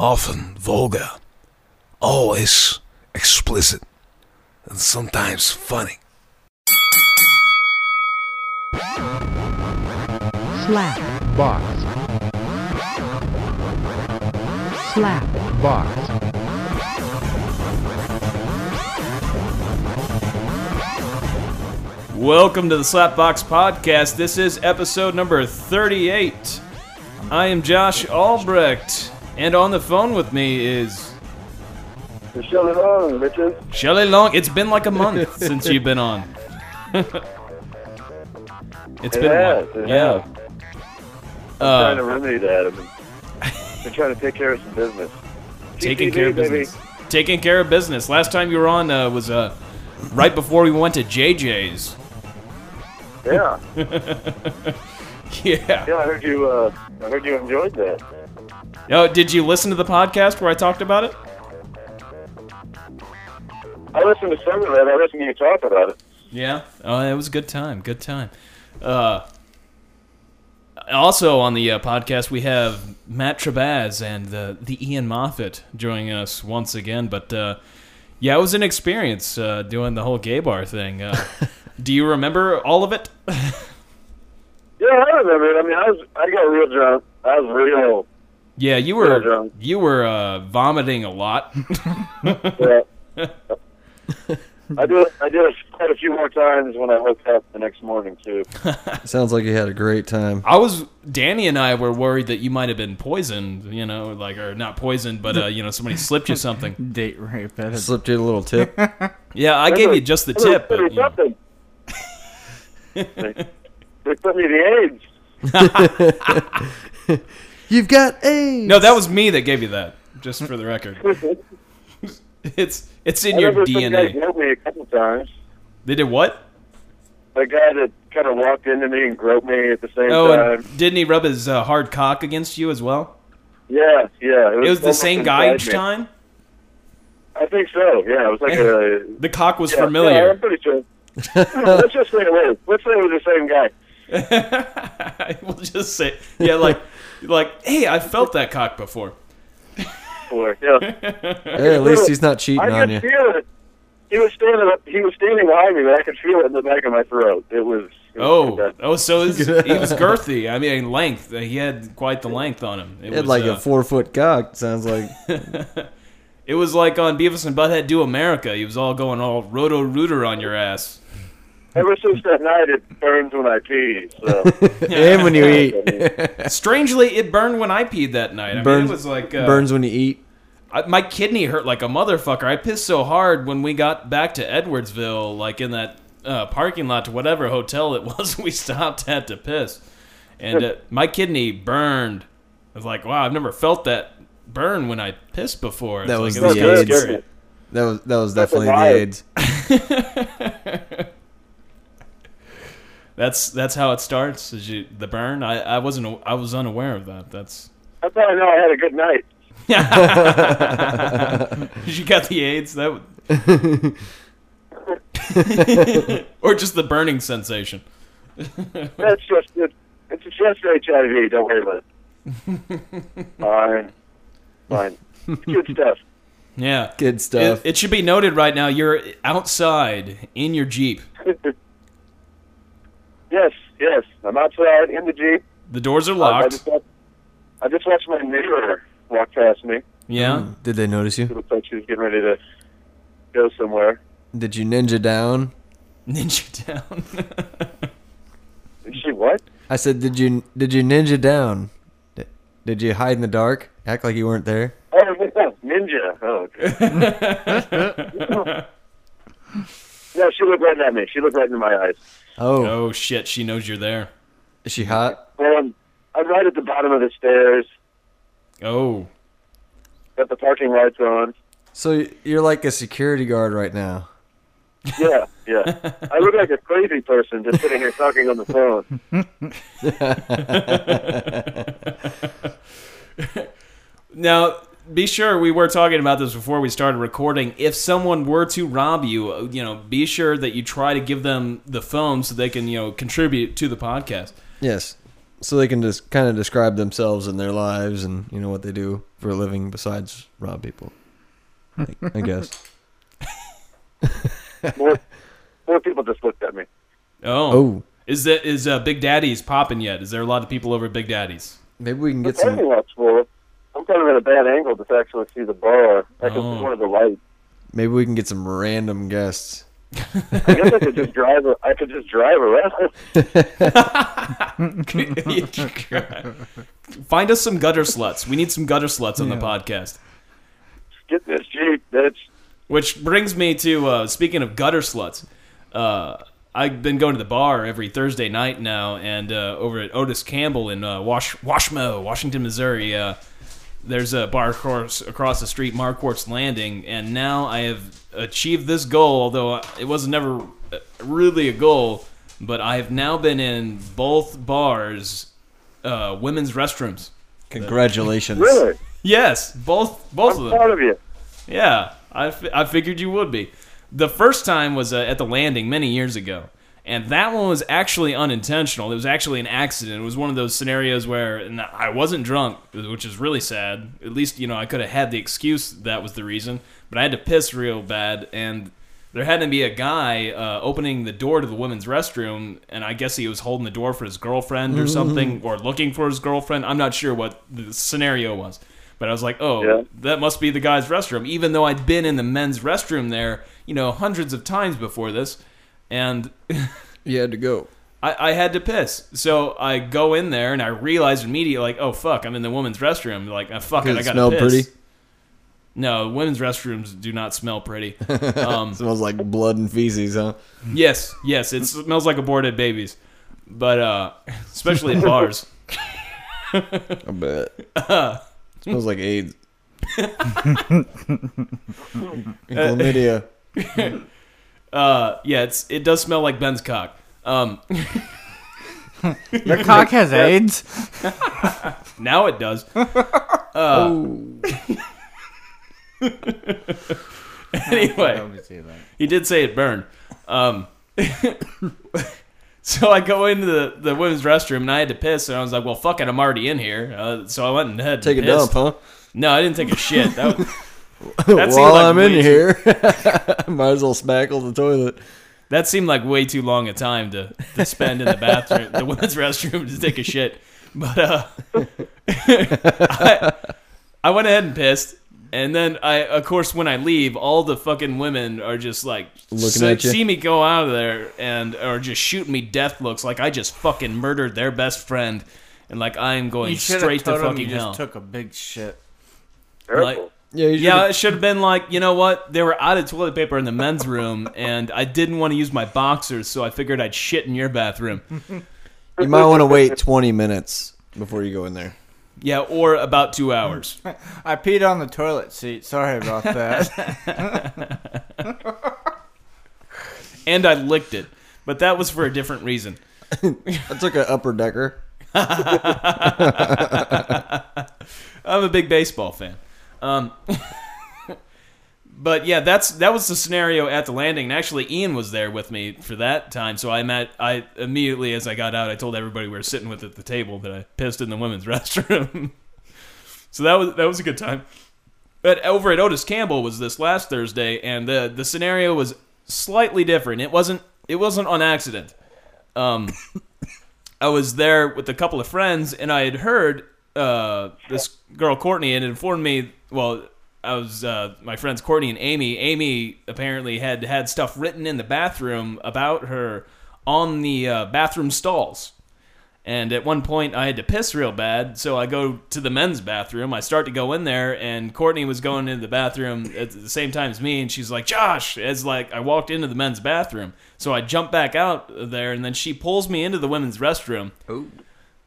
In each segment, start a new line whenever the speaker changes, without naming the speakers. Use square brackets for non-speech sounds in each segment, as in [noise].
often vulgar, always explicit, and sometimes funny.
Slap.
box,
Slap.
box,
Welcome to the Slapbox Podcast. This is episode number 38. I am Josh Albrecht, and on the phone with me is
Michelle it on, bitches.
Shelley Long. It's been like a
[laughs]
month since you've been on. [laughs] It's
It
been a
has,
while.
it
yeah.
has. trying
Uh,
to remedy that. I've been, been trying to take care of some business.
taking
TTV,
care of
baby.
business. Taking care of business. Last time you were on uh, was uh, right before we went to JJ's.
Yeah,
[laughs] Yeah.
yeah. I heard you. Uh, I heard you enjoyed that.
Oh, did you listen to the podcast where I talked about it?
I listened to some of that. I listened to you talk about it.
Yeah. Oh, it was a good time. Good time. Uh, also on the uh, podcast, we have Matt Trebaz and uh, the Ian Moffat joining us once again. But uh, yeah, it was an experience uh, doing the whole gay bar thing. Uh, do you remember all of it? [laughs]
Yeah, I remember. it. I mean, I was. I got real drunk. I was real.
yeah, you
Yeah,
were
John.
you were uh, vomiting a lot. [laughs]
Yeah. I did. I did it quite a few more times when I woke up the next morning too.
Sounds like you had a great time.
I was Danny and I were worried that you might have been poisoned. You know, like or not poisoned, but uh, you know somebody slipped you something.
date rape. That is
Slipped you a little tip.
Yeah, I gave you just the tip. But,
They put
you
me
know.
something.
[laughs]
they, they put me the AIDS.
[laughs] You've got AIDS.
No, that was me that gave you that. Just for the record, it's it's in
I
your
remember some guy
DNA.
grabbed me a couple times.
They did what?
the guy that kind of walked into me and groped me at the same
Oh,
time.
and didn't he rub his uh, hard cock against you as well?
Yeah, yeah.
It was the
almost
same guy
inside
each
me.
time.
I think so. Yeah, it was like a
The cock was
yeah, Yeah, I'm
familiar.
pretty sure.
[laughs]
Let's just say it was. Let's say it was the same guy.
[laughs] I will just say, yeah, like, like, hey, I felt that cock before.
For yeah,
[laughs]
Hey, at least he's not cheating
I
on
could
you.
feel it. He was standing up. He was standing behind me, but I could feel it in the back of my throat. It was. It was
Oh, oh, so it was, he was girthy. I mean, length. He had quite the length on him. It
He had like
uh,
a four foot cock.
[laughs]
Sounds like
It was like on Beavis and Butthead Do America. He was all going all roto rooter on your ass.
Ever since that night, it burns when I pee. So
[laughs]
and when you eat,
Strangely, it burned when I peed that night. I mean,
Burns-
it was like uh,
burns when you eat.
I, my kidney hurt like a motherfucker. I pissed so hard when we got back to Edwardsville, like in that uh, parking lot to whatever hotel it [laughs] was we stopped at to piss, and uh, my kidney burned. I was like, wow, I've never felt that burn when I pissed before. It's
That
like,
was
it
the
kinda
AIDS.
scary.
That was that was definitely the
vibe.
AIDS.
That's that's how it starts. Is you, the burn? I, I wasn't aw- I was unaware of that. That's
I thought I know I had a good night.
you got the AIDS that
[laughs]
would or just the burning sensation.
That's just it. It's just HIV. Don't worry about it. Fine, fine. It's Good stuff.
Yeah.
Good
It,
stuff.
it should be noted right now you're outside in your Jeep.
Yes, yes. I'm outside in the jeep.
The doors are
I, I
locked.
just watched, I just watched my neighbor walk past me.
Yeah.
Did they notice
It
you?
looked like she was getting ready to go somewhere.
Did you ninja down?
[laughs] Ninja down.
And she what?
I said, did you did you ninja down? Did- Did you hide in the dark? Act like you weren't there.
Oh, ninja. Oh, okay. no, she looked right at me. She looked right into my eyes.
Oh,
oh shit, she knows you're there.
is she hot?
Well, I'm, I'm right at the bottom of the stairs.
Oh.
Got the parking lights on.
So you're like a security guard right now.
Yeah, yeah.
[laughs]
I look like a crazy person just sitting here talking on the phone.
Now, be sure we were talking about this before we started recording. If someone were to rob you, uh, you know, be sure that you try to give them the phone so they can, you know, contribute to the podcast.
Yes. so they can just kind of describe themselves and their lives and you know what they do for a living besides rob people. I, I
[laughs]
guess.
More, more people just looked at me.
Oh,
Oh,
is that is uh, Big Daddy's popping yet? Is there a lot of people over at Big Daddy's? [laughs]
maybe we can get
Pretending
some.
that's full. I'm kind of at a bad angle to actually see the bar. I can
Oh.
see one of the lights.
Maybe we can get some random guests.
I guess I
[laughs]
could just drive. a- I could just drive around. [laughs]
Find us some gutter sluts. We need some gutter sluts on the podcast.
Get this jeep. That's
Which brings me to uh, speaking of gutter sluts. Uh, I've been going to the bar every Thursday night now, and uh, over at Otis Campbell in uh, Wash Washmo, Washington, Missouri. Uh, there's a bar across, across the street, Marquart's Landing, and now I have achieved this goal. Although it was never uh, really a goal, but I have now been in both bars, uh, women's restrooms.
Congratulations.
really.
Yes, both both of
I'm
them.
proud of you.
Yeah, I, fi- I figured you would be. The first time was uh, at the landing many years ago, and that one was actually unintentional. It was actually an accident. It was one of those scenarios where and I wasn't drunk, which is really sad. At least you know I could have had the excuse that was the reason, but I had to piss real bad, and there had to be a guy uh, opening the door to the women's restroom, and I guess he was holding the door for his girlfriend or something, or looking for his girlfriend. I'm not sure what the scenario was, but I was like, oh,
Yeah.
that must be the guy's restroom, even though I'd been in the men's restroom there, you know, hundreds of times before this, and [laughs]
You had to go.
I, I had to piss. So I go in there and I realized immediately, like, oh fuck, I'm in the women's restroom. Like, ah, fuck
Does
it,
it
I gotta
smell
piss.
pretty?
No, women's restrooms do not smell pretty. [laughs] Um,
smells like blood and feces, huh?
Yes, yes, it smells like aborted babies, but uh, [laughs] especially at bars.
I
[laughs]
bet. smells like AIDS. And chlamydia.
Uh, yeah, it's it does smell like Ben's cock. Um,
[laughs] Your cock has AIDS.
[laughs] now it
[laughs]
does. Uh,
Oh.
[laughs] Anyway, he did say it burned. Um, [laughs] so I go into the, the women's restroom and I had to piss, and I was like, "Well, fuck it, I'm already in here." Uh, so I went and had
Take a
and pissed.
dump, huh?
No, I didn't take a shit. That was, seemed
[laughs] While
like
I'm
way
in
too-
here, [laughs] might as well smackle the toilet.
that seemed like way too long a time to, to spend in the bathroom, the women's restroom, to take a shit. But uh, [laughs] I, I went ahead and pissed, and then I, of course, when I leave, all the fucking women are just like
Looking
see,
at you.
see me go out of there, and or just shooting me death looks like I just fucking murdered their best friend, and like I am going
You should have
straight to
told him
fucking
you
hell.
just took a big shit.
Terrible.
Like-
Yeah, you
Yeah,
yeah.
it should have been like, you know what? They were out of toilet paper in the men's room, and I didn't want to use my boxers, so I figured I'd shit in your bathroom.
You might want to wait 20 minutes before you go in there.
Yeah, or about two hours.
I peed on the toilet seat. Sorry
[laughs]
about that.
And I licked it. But that was for a different reason.
I took an upper decker.
I'm a big baseball fan. Um, but yeah, that's that was the scenario at the landing. And actually, Ian was there with me for that time, so I met. I immediately, as I got out, I told everybody we were sitting with at the table that I pissed in the women's [laughs] restroom. so that was that was a good time. But over at Otis Campbell was this last Thursday, and the the scenario was slightly different. It wasn't it wasn't on accident. Um, I was there with a couple of friends, and I had heard uh, this girl Courtney had informed me. Well, I was uh, my friends Courtney and Amy. Amy apparently had had stuff written in the bathroom about her on the uh, bathroom stalls. And at one point, I had to piss real bad, so I go to the men's bathroom. I start to go in there, and Courtney was going into the bathroom at the same time as me, and she's like, "Josh!" As like I walked into the men's bathroom, so I jump back out there, and then she pulls me into the women's restroom. Oh,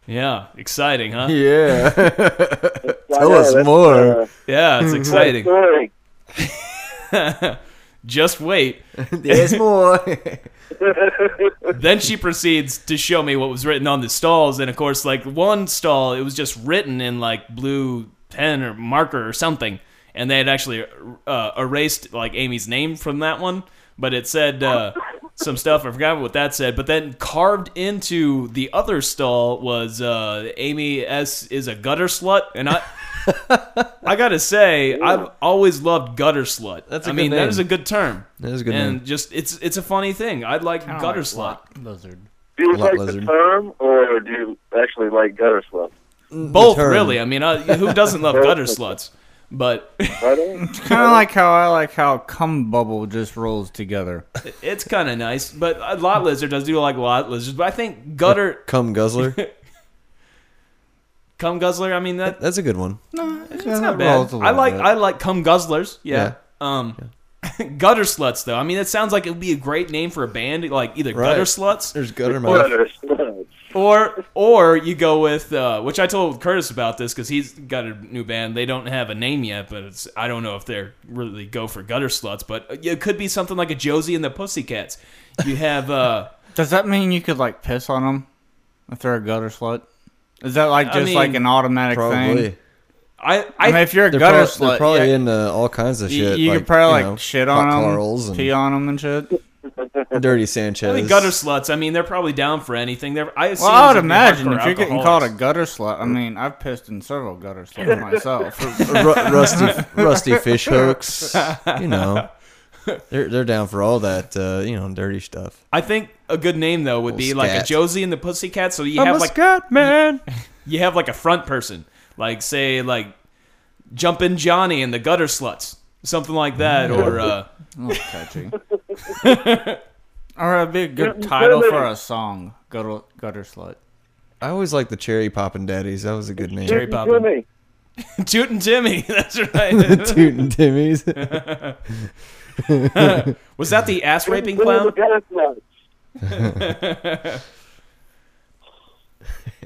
yeah, exciting, huh?
[laughs]
Yeah. Tell
Yeah,
us
that's,
more. [laughs]
uh,
Yeah, it's exciting.
boring.
Just wait.
There's more.
[laughs]
[laughs] Then she proceeds to show me what was written on the stalls, and of course, like one stall, it was just written in like blue pen or marker or something, and they had actually uh, erased like Amy's name from that one, but it said uh, some stuff. I forgot what that said. But then carved into the other stall was uh, Amy S is a gutter slut, and I. I gotta say, I've always loved gutter slut.
That's
I
a good
mean, that
name.
is a good term.
That is a good
and
name.
just it's it's a funny thing. I like
Kinda
gutter
like
slut.
lot Lizard.
Do you
Lot
like
lizard.
the term, or do you actually like gutter sluts?
Both
term.
really. I mean, I, who doesn't love gutter sluts? But [laughs]
Right on.
Kind of like how I like how cum bubble just rolls together.
it's kind of nice. But a lot lizard does do like lot lizards. But I think gutter
Cum guzzler.
cum guzzler. I mean that
That's a good one.
[laughs] It's
it's not bad. I like I like cum guzzlers. Yeah. Um, [laughs] gutter sluts though. I mean, it sounds like it would be a great name for a band. Like either
Right.
gutter sluts
There's gutter mouth.
gutter sluts.
or or you go with uh, which I told Curtis about this because he's got a new band. They don't have a name yet, but it's I don't know if they're really go for gutter sluts. But it could be something like a Josie and the Pussycats. You have uh,
Does that mean you could like piss on them if they're a gutter slut? Is that like
I
just like
mean,
an automatic
Probably.
thing?
I I,
I mean, if you're a
They're,
gutter
prob- they're
slut,
probably
yeah,
in uh, all kinds of
you,
shit.
you
like,
could probably like
you know,
shit
hot
on
Carls
them,
and
pee on them, and
[laughs]
shit.
dirty Sanchez.
I think gutter sluts. I mean, they're probably down for anything. They're I
Well,
assume
I would
they'd be
imagine
hardcore
if you're getting called
alcoholics.
a gutter slut. I mean, I've pissed in several gutter
[laughs]
sluts myself.
[laughs] Ru- rusty,
[laughs]
rusty fish hooks. You know, they're they're down for all that. Uh, you know, dirty stuff.
I think a good name though would be
Little
like a
scat.
Josie and the Pussycats. So you have like
scat man.
you have like a front person, like say like Jumpin' Johnny and the Gutter Sluts, something like
Mm.
that, or uh,
Oh, [laughs] touching. or it'd be a good title for a song. Gutter, gutter slut.
I always like the cherry poppin' daddies. That was a good name.
Cherry
Jimmy,
Poppin'.
Jimmy.
Tootin' Timmy. [laughs] That's
[laughs] the
right.
[laughs] tootin' Timmies.
Was that the ass raping
Jimmy the
clown?
gutter sluts.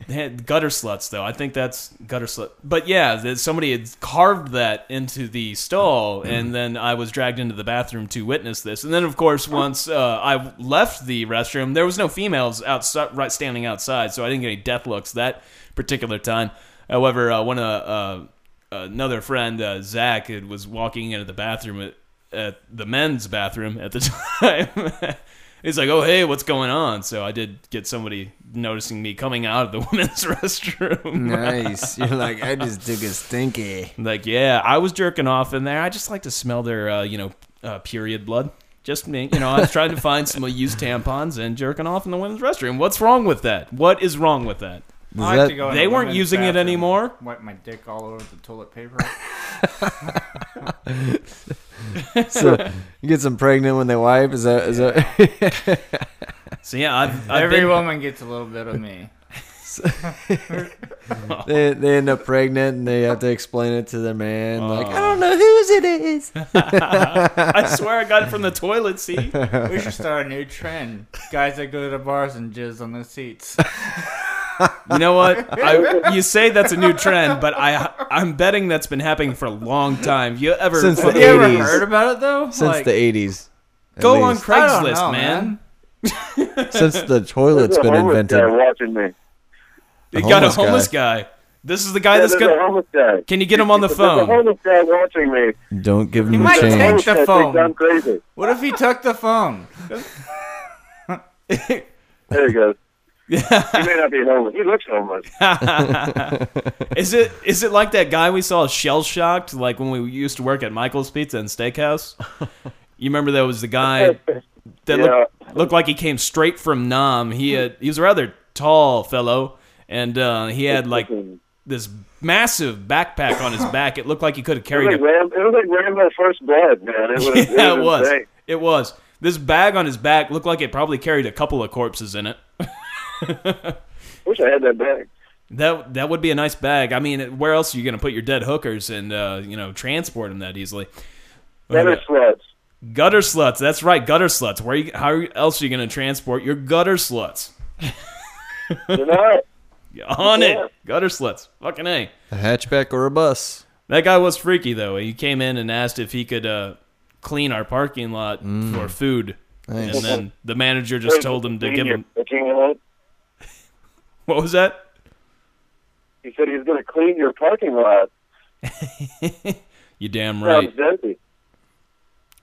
They had gutter sluts though. I think that's gutter slut. But yeah, that somebody had carved that into the stall, and then I was dragged into the bathroom to witness this. And then, of course, once uh, I left the restroom, there was no females outside, right standing outside, so I didn't get any death looks that particular time. However, uh, one uh, uh, another friend, uh, Zach, had- was walking into the bathroom at, at the men's bathroom at the [laughs] time. He's like, "Oh, hey, what's going on?" So I did get somebody noticing me coming out of the [laughs] women's restroom.
nice. You're like I just took a stinky.
like, yeah, I was jerking off in there. I just like to smell their, uh, you know, uh, period blood. Just me, you know. I was trying to find some uh, used tampons and jerking off in the women's restroom. What's wrong with that? What is wrong with that?
Does that-
They weren't using it anymore?
Wipe my dick all over the toilet paper.
so, you get some pregnant when they wipe. Is that is that?
So yeah, I've, [laughs] I've
Every
been-
woman gets a little bit of me.
[laughs] they, they end up pregnant and they have to explain it to their man. Like I don't know whose it is.
Oh. [laughs] I swear I got it from the toilet seat.
We should start a new trend. Guys that go to bars and jizz on
[laughs]
the seats.
You know what? I, you say that's a new trend, but I I'm betting that's been happening for a long time. You ever
Since the
Have you ever
80s.
heard about it though?
Since the '80s. at
go on
least.
I don't
Craigslist,
know,
man?
Since
[laughs]
the toilet's
There's a
been
homeless Guy
invented.
watching me.
You
The
got a
homeless guy.
homeless guy. This is the guy
Yeah,
that's
there's a
gonna.
homeless guy.
Can you get him on the
There's a
phone?
homeless guy watching me.
Don't give them
might
the
take
change.
Homeless guy thinks
phone.
I'm crazy.
What if he took the phone?
There
[laughs]
he goes. he may not be homeless. He looks homeless.
Is it is it like that guy we saw shell shocked like when we used to work at Michael's Pizza and Steakhouse? You remember there was the guy that
Yeah.
looked, looked like he came straight from Nam. He had he was a rather tall fellow, and uh, he had like this massive backpack on his back. It looked like he could have
It
carried
was, like
a
Ram- it was like Rambo First Blood, man.
[laughs]
It was,
yeah, it was.
insane.
It was. This bag on his back looked like it probably carried a couple of corpses in it.
Wish I had that back.
That that would be a nice bag. I mean, where else are you going to put your dead hookers and uh, you know transport them that easily?
Better
Uh,
sluts.
[laughs] gutter sluts. That's right, gutter sluts. Where you, how else are you going to transport your gutter sluts?
You know,
On it, gutter sluts. Fucking a.
A hatchback or a bus.
That guy was freaky though. He came in and asked if he could uh, clean our parking lot for food,
Nice.
and then the manager just told him to give him.
Clean your-
What was that?
He said he was going to clean your parking lot.
You damn
Sounds
right.
dirty.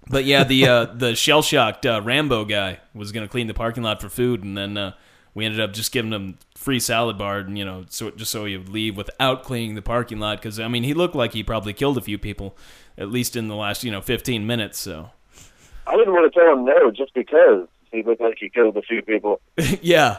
But yeah, the uh, the shell shocked uh, Rambo guy was gonna clean the parking lot for food, and then uh, we ended up just giving him free salad bar, and you know, so just so he would leave without cleaning the parking lot, because I mean, he looked like he probably killed a few people, at least in the last you know fifteen minutes. So [laughs]
I didn't want to tell him no just because he looked like he killed a few people.
yeah,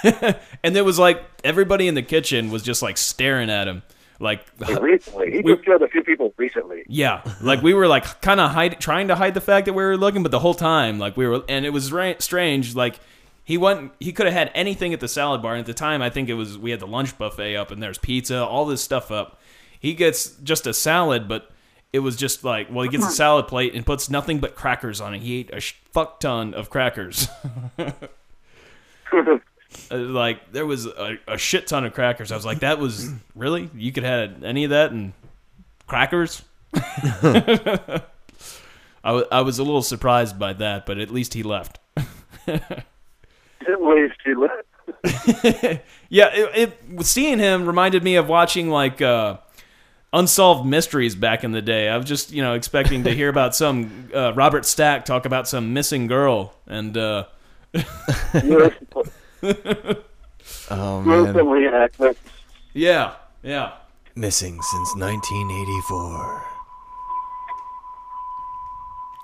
[laughs] and there was like everybody in the kitchen was just like staring at him, like [laughs]
recently, he
We-
just killed a few people recently. [laughs]
Yeah, like we were like kind of hide, trying to hide the fact that we were looking, but the whole time, like we were, and it was ra- strange. Like he went, he could have had anything at the salad bar, and at the time, I think it was we had the lunch buffet up, and there's pizza, all this stuff up. He gets just a salad, but it was just like, well, he gets a salad plate and puts nothing but crackers on it. He ate a sh- fuck ton of crackers. Uh, like there was a, a shit ton of crackers. I was like, that was really you could have any of that and crackers. I wa- I was a little surprised by that, but at least he left.
At least
[laughs]
he left.
Yeah, it, it seeing him reminded me of watching like uh, unsolved mysteries back in the day. I was just you know expecting to hear about some uh, Robert Stack talk about some missing girl, and uh,
Yes,
Oh man,
gruesome reenactment.
yeah, yeah,
missing since 1984.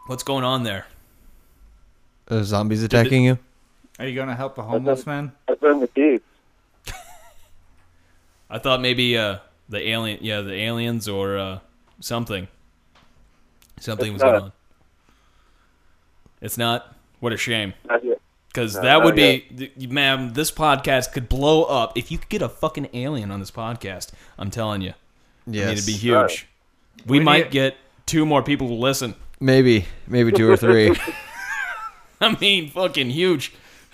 what's going on there?
Uh, zombies attacking you?
Are you gonna help the homeless man?
I've been with you.
I thought maybe uh, the alien, yeah, the aliens or uh, something. Something
It's
was going
not.
on. It's not. What a shame.
Not yet.
Because
No,
that
not
would be, th- ma'am, this podcast could blow up. If you could get a fucking alien on this podcast, I'm telling you, I mean,
Yes.
it'd be huge. We,
We
might
need-
get two more people to listen. [laughs]
Maybe, maybe two or three.
[laughs]
I mean, fucking huge.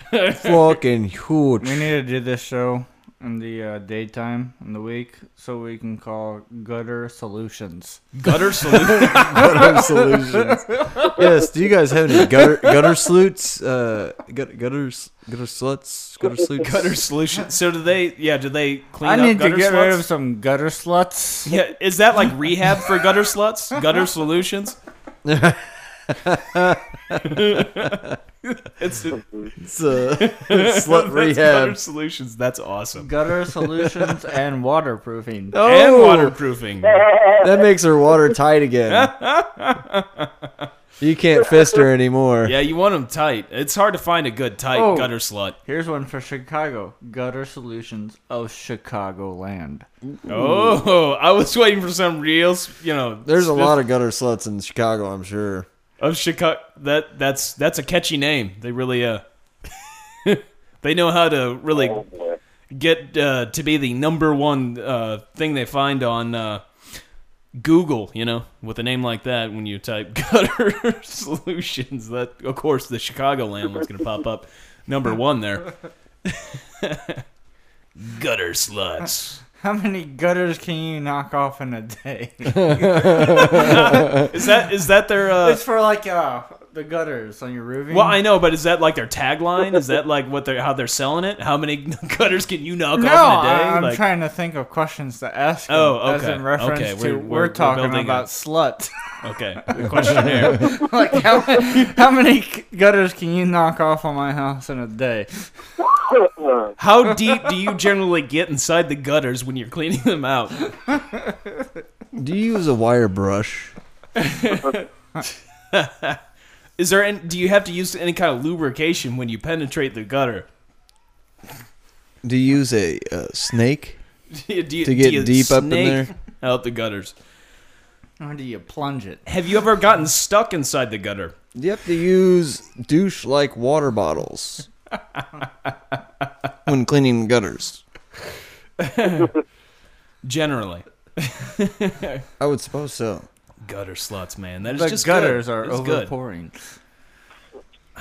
Fucking huge.
We need to do this show in the uh, daytime in the week so we can call gutter solutions.
Gutter
[laughs]
salute.
gutter solutions. yes. Do you guys have any gutter gutter sluts? Uh, gut, gutters gutter sluts gutter sluts
gutter solution. So do they? Yeah, do they clean
I
up
need to
gutter
get
sluts?
rid of some gutter [laughs] sluts.
Yeah, is that like rehab for gutter sluts? Gutter solutions? it's
It's, uh, [laughs]
[laughs]
slut rehab.
gutter solutions. That's awesome.
Gutter
[laughs]
solutions and waterproofing.
And
Oh, [laughs]
waterproofing.
That makes her watertight again. you can't fist her anymore.
Yeah, you want them tight. It's hard to find a good tight
Oh.
gutter slut.
Here's one for Chicago. Gutter solutions of Chicagoland.
Oh, [laughs] I was waiting for some real, s- you know.
There's a lot of gutter sluts in Chicago, I'm sure.
of Chicago. That that's that's a catchy name. They really uh, [laughs] they know how to really
Oh, [laughs] boy.
get uh, to be the number one uh, thing they find on uh, Google. You know, with a name like that, when you type [laughs] gutter solutions, that of course the Chicagoland one's going to pop up number one there. [laughs] gutter sluts.
How many gutters can you knock off in
[laughs]
a day?
Is that is that their? Uh,
it's for like uh, the gutters on your roofing.
well, I know, but is that like their tagline? Is that like what they're how they're selling it? How many [laughs] gutters can you knock
no,
off in a day?
I, am
Like-
trying to think of questions to ask. him
Oh, okay,
As in reference
okay,
to
we're-
we're,
we're- we're
talking
building
about
a-
slut.
Okay, the questionnaire.
[laughs] like
[laughs]
how, how many gutters can you knock off on my house in a day?
uh,
How deep do you generally get inside the gutters when you're cleaning them out?
Do you use a wire brush?
Is there any, do you have to use any kind of lubrication when you penetrate the gutter? [laughs]
Do you use a uh, snake?
Do you, do you-
To get
do you
deep up in
snake
there?
Out the gutters.
Or do you plunge it?
Have you ever gotten stuck inside the gutter?
You have to use douche like
[laughs]
water bottles when cleaning the gutters.
Generally,
I would suppose so.
gutter sluts, man. That is
The
just
gutters
good.
are
It's
overpouring.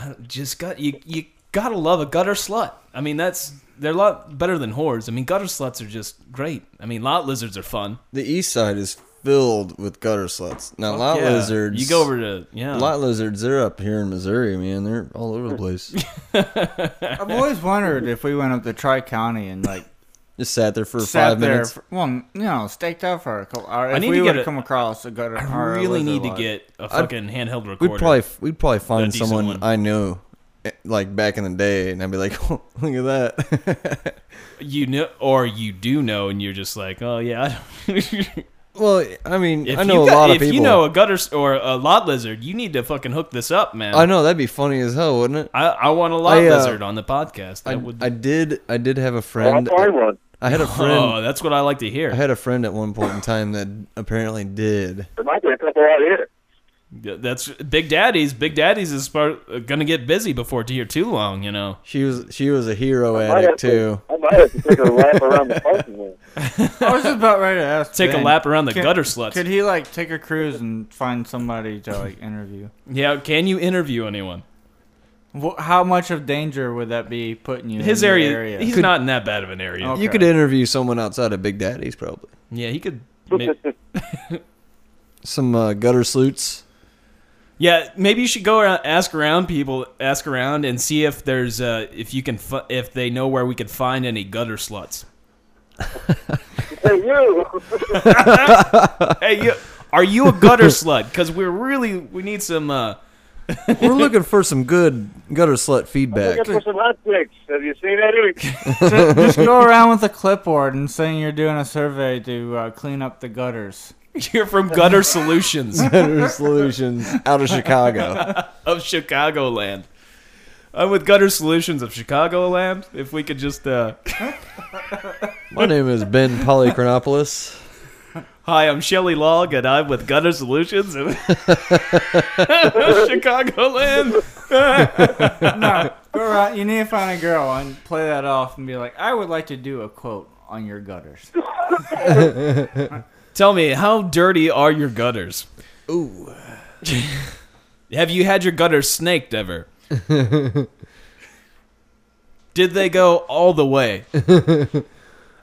Good. Just gut. You you gotta love a gutter slut. I mean, that's they're a lot better than whores. I mean, gutter sluts are just great. I mean, lot lizards are fun.
The east side is filled with gutter sluts. Now, lot
Yeah.
lizards.
You go over to yeah.
Lot lizards, they're up here in Missouri, man. They're
[laughs]
all over the place.
I've always wondered if we went up to Tri County and like
Just sat there for
sat
five
there
minutes.
For, well, no, staked out for a couple. Or if
I need
we
to
were
get
to
a-
come across a gutter.
I
or a
really
lizard
need to
lodge.
get a fucking handheld recorder.
we'd probably we'd probably find
decent
someone
one.
I knew, eh, like back in the day, and I'd be like, [laughs] oh, look at that. [laughs]
you know, or you do know, and you're just like, oh yeah. I don't- [laughs]
well, I mean,
if
I know
you
a
got-
lot of
If
people.
you know a gutter s- or a lot lizard, you need to fucking hook this up, man.
I know that'd be funny as hell, wouldn't it?
I, I want a lot
I, uh,
lizard on the podcast. That
I,
would.
I did I did have a
Well, I'll
friend.
find one.
I had
[laughs]
a
oh,
friend.
that's what I like to hear.
I had a friend at one point in time that apparently did.
There might be a couple out here.
Yeah, That's Big Daddy's. Big Daddy's is part, uh, gonna get busy before deer too long. You know.
She was she was a hero
Might have
addict too.
To, I might have to take a lap around
[laughs]
the parking lot.
[laughs] I was just about ready to ask.
Take a
Ben,
lap around the
can-
gutter sluts.
Could he like take a cruise and find somebody to like interview?
Yeah. Can you interview anyone?
Wh- How much of danger would that be putting you
His
in
area.
Your area? Oh.
He's
Could-
not in that bad of an area.
Okay.
You could interview someone outside of Big Daddy's probably.
Yeah. He could.
[laughs]
ma-
That's
Some uh, gutter sleuts.
Yeah, maybe you should go around, ask around people, ask around, and see if there's uh, if you can fi- if they know where we could find any gutter sluts.
you.
Hey, you, [laughs] are you a gutter slut? Because we're really we need some. Uh, [laughs]
We're looking for some good gutter slut feedback. [laughs]
Looking for some hot chicks. Have you seen any?
Ju- just go around with a clipboard and saying you're doing a survey to uh, clean up the gutters.
you're from Gutter [laughs] Solutions
Better solutions out of Chicago.
of Chicagoland. I'm with Gutter Solutions of Chicagoland. If we could just uh, [laughs]
My name is Ben Polychronopoulos.
hi, I'm Shelly Log, and I'm with Gutter Solutions of [laughs] Chicagoland.
No, go around. uh, You need to find a girl and play that off and be like, I would like to do a quote on your gutters.
Tell me, how dirty are your gutters? Ooh. [laughs] Have you had your gutters snaked ever? Did they go all the way?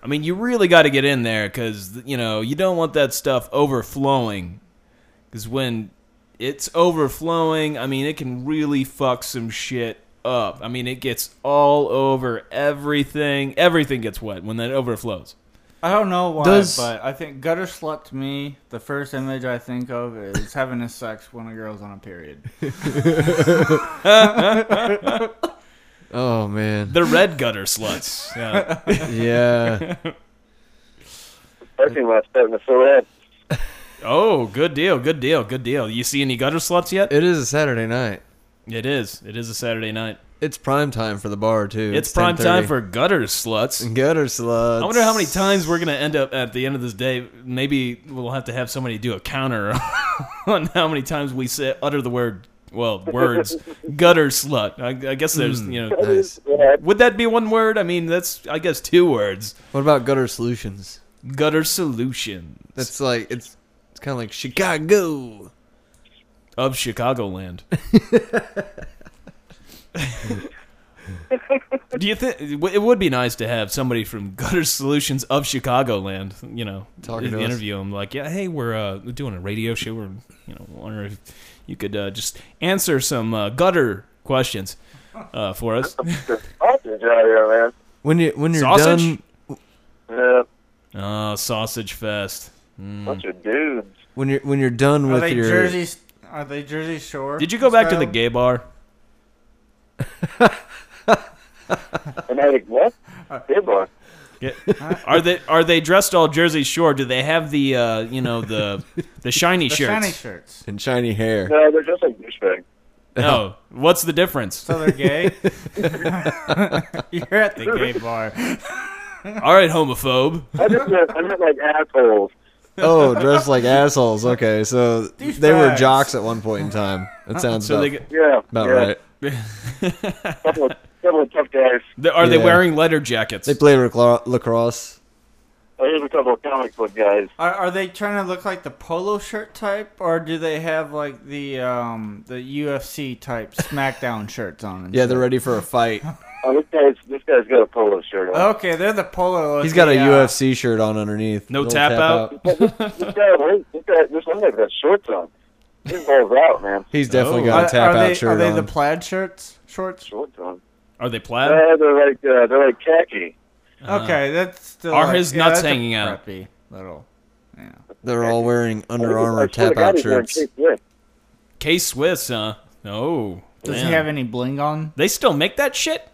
I mean, you really got to get in there because, you know, you don't want that stuff overflowing. Because when it's overflowing, I mean, it can really fuck some shit up. I mean, it gets all over everything. Everything gets wet when that overflows.
I don't know why,
Does-
but I think gutter slut to me, the first image I think of is having a sex when a girl's on a period.
Oh man,
The red gutter sluts. Yeah.
yeah.
Parking lot's starting to fill in.
Oh, good deal, good deal, good deal. You see any gutter sluts yet?
It is a Saturday night.
It is. It is a Saturday night.
It's prime time for the bar too.
It's, prime time
10:30.
for gutter sluts.
gutter sluts.
I wonder how many times we're gonna end up at the end of this day. Maybe we'll have to have somebody do a counter [laughs] on how many times we say utter the word. Well, words gutter slut. I, I guess there's you know.
Nice.
[laughs] Yeah,
Would that be one word? I mean, that's I guess two words.
What about gutter solutions?
Gutter solutions
That's like it's it's kind of like Chicago.
of Chicagoland.
[laughs]
Do you think it would be nice to have somebody from Gutter Solutions of Chicagoland, you know,
Talking to us.
interview them? Like, yeah, hey, we're uh, we're doing a radio show. We're you know, wonder if you could uh, just answer some uh, gutter questions uh, for us.
there's sausage out here,
When you when you're
Sausage?
done
man. Yeah,
Oh, sausage fest.
Mm.
bunch of dudes.
when you're when you're done
Are
with
they
your
Jersey? Are they Jersey Shore?
Did you go back to the
style?
gay bar?
And I think what? Good boy.
Yeah. Are they are they dressed all Jersey Shore? Do they have the uh, you know the the shiny
[laughs] The
shirts?
shiny shirts.
and shiny hair.
[laughs]
No, they're just like douchebags.
No. Oh, What's the difference?
So
[laughs]
they're gay. [laughs] You're at the gay bar.
All right, homophobe.
I
[laughs]
just meant, I meant like assholes.
Oh, dressed like assholes. Okay, so they were
Douchebags.
jocks at one point in time. That sounds
So
about,
they get-
Yeah.
about
yeah.
right.
Couple of, couple of tough guys.
They- Are they
Yeah.
wearing letter jackets?
They play lacro- lacrosse.
Oh, Here's a couple of comic book guys.
Are, are they trying to look like the polo shirt type, or do they have like the um the UFC type SmackDown shirts on? and
Yeah, they're
stuff?
ready for a
[laughs]
fight.
Oh, this guy's this guy's got a polo shirt on.
Okay, they're the polo.
He's got a
yeah.
UFC shirt on underneath.
No
Little
tap out?
This guy, this guy, this one guy's got shorts on. This balls out, man.
[laughs] He's definitely
Oh.
got
Are-
a tap
are
out
they,
shirt
Are they
on.
the plaid shirts? Shorts?
Shorts on.
Are they plaid?
Uh, they're like uh, they're like khaki.
Okay, that's still.
Are
like-
his
yeah,
nuts
that's a
hanging out?
preppy Little. Yeah.
They're all wearing Under
I
Armour
swear to
tap
God,
out
he's wearing
shirts.
Cape Swift.
K Swiss, huh? Oh,
Does
man.
he have any bling on?
They still make that shit.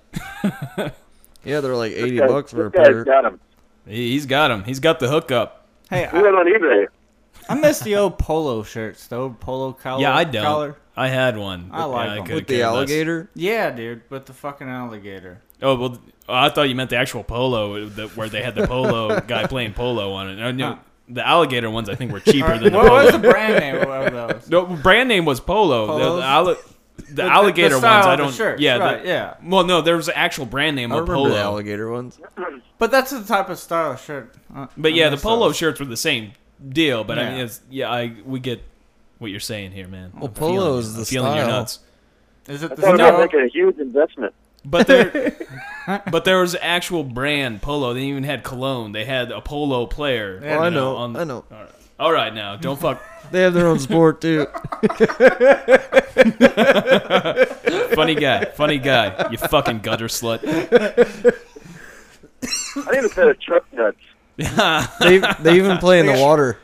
Yeah, they're like eighty
Guys,
bucks for a
this guy's
pair.
got him.
He- He's got him. He's got the hookup.
Hey,
He
I,
went on eBay.
Uh,
I miss the old polo shirts, the old polo collar.
Yeah, I don't.
Collar.
I had one.
I like them.
could've
With the
cared less.
alligator,
Yeah, dude, with the fucking alligator.
Oh well, th- I thought you meant the actual polo, the, where they had the
[laughs]
polo guy playing polo on it. I knew
Huh.
the alligator ones. I think were cheaper
Or-
than the
what was
polo.
[laughs] the brand name of those?
No, brand name was polo. The-
Polos?
The, alli- the
the
alligator
style
ones. I
of the
don't.
shirts,
yeah, the-
right, yeah.
Well, no, there was an actual brand name
I
of
remember
polo.
the alligator ones.
But that's the type of style of shirt. Uh,
But
I
yeah, the
miss
polo
those.
shirts were the same deal. But I
Yeah.
mean, it's, yeah, I we get what you're saying here, man. Well,
polo is the
feeling your
style.
nuts.
Is it
I
the
thought about
style?
making a huge investment.
But there,
[laughs]
but there was actual brand polo. They even had cologne. They had a polo player.
Yeah,
Oh, I
you
know,
on the-
I [laughs] know.
All right, all right now, don't fuck.
They have their own sport too.
Funny guy, funny guy. You fucking gutter slut.
I need a pair of truck nuts.
They they even play in the water.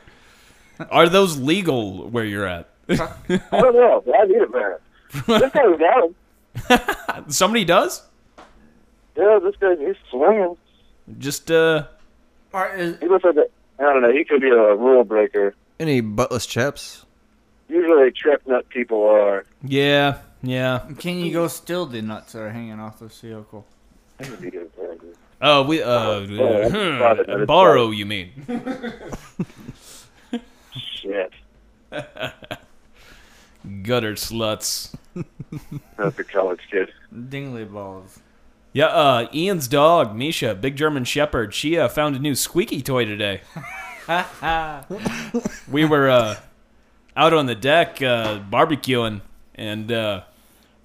Are those legal where you're at?
I don't know. but I need a pair. This guy's got them.
Somebody does.
Yeah, this guy, he's swinging.
Just uh,
Or is,
He looks like a, I don't know, he could be a rule breaker.
Any buttless chaps?
Usually truck nut people are.
yeah, yeah.
can you go still the nuts that are hanging off the vehicle?
That would be good for him.
Oh, we uh,
that's
hmm,
private, that is
borrow. You mean?
Shit.
Gutter sluts.
That's a college kid.
Dingley balls.
Yeah, uh, Ian's dog, Misha, big German shepherd, she uh, found a new squeaky toy today. we were uh, out on the deck uh, barbecuing, and uh,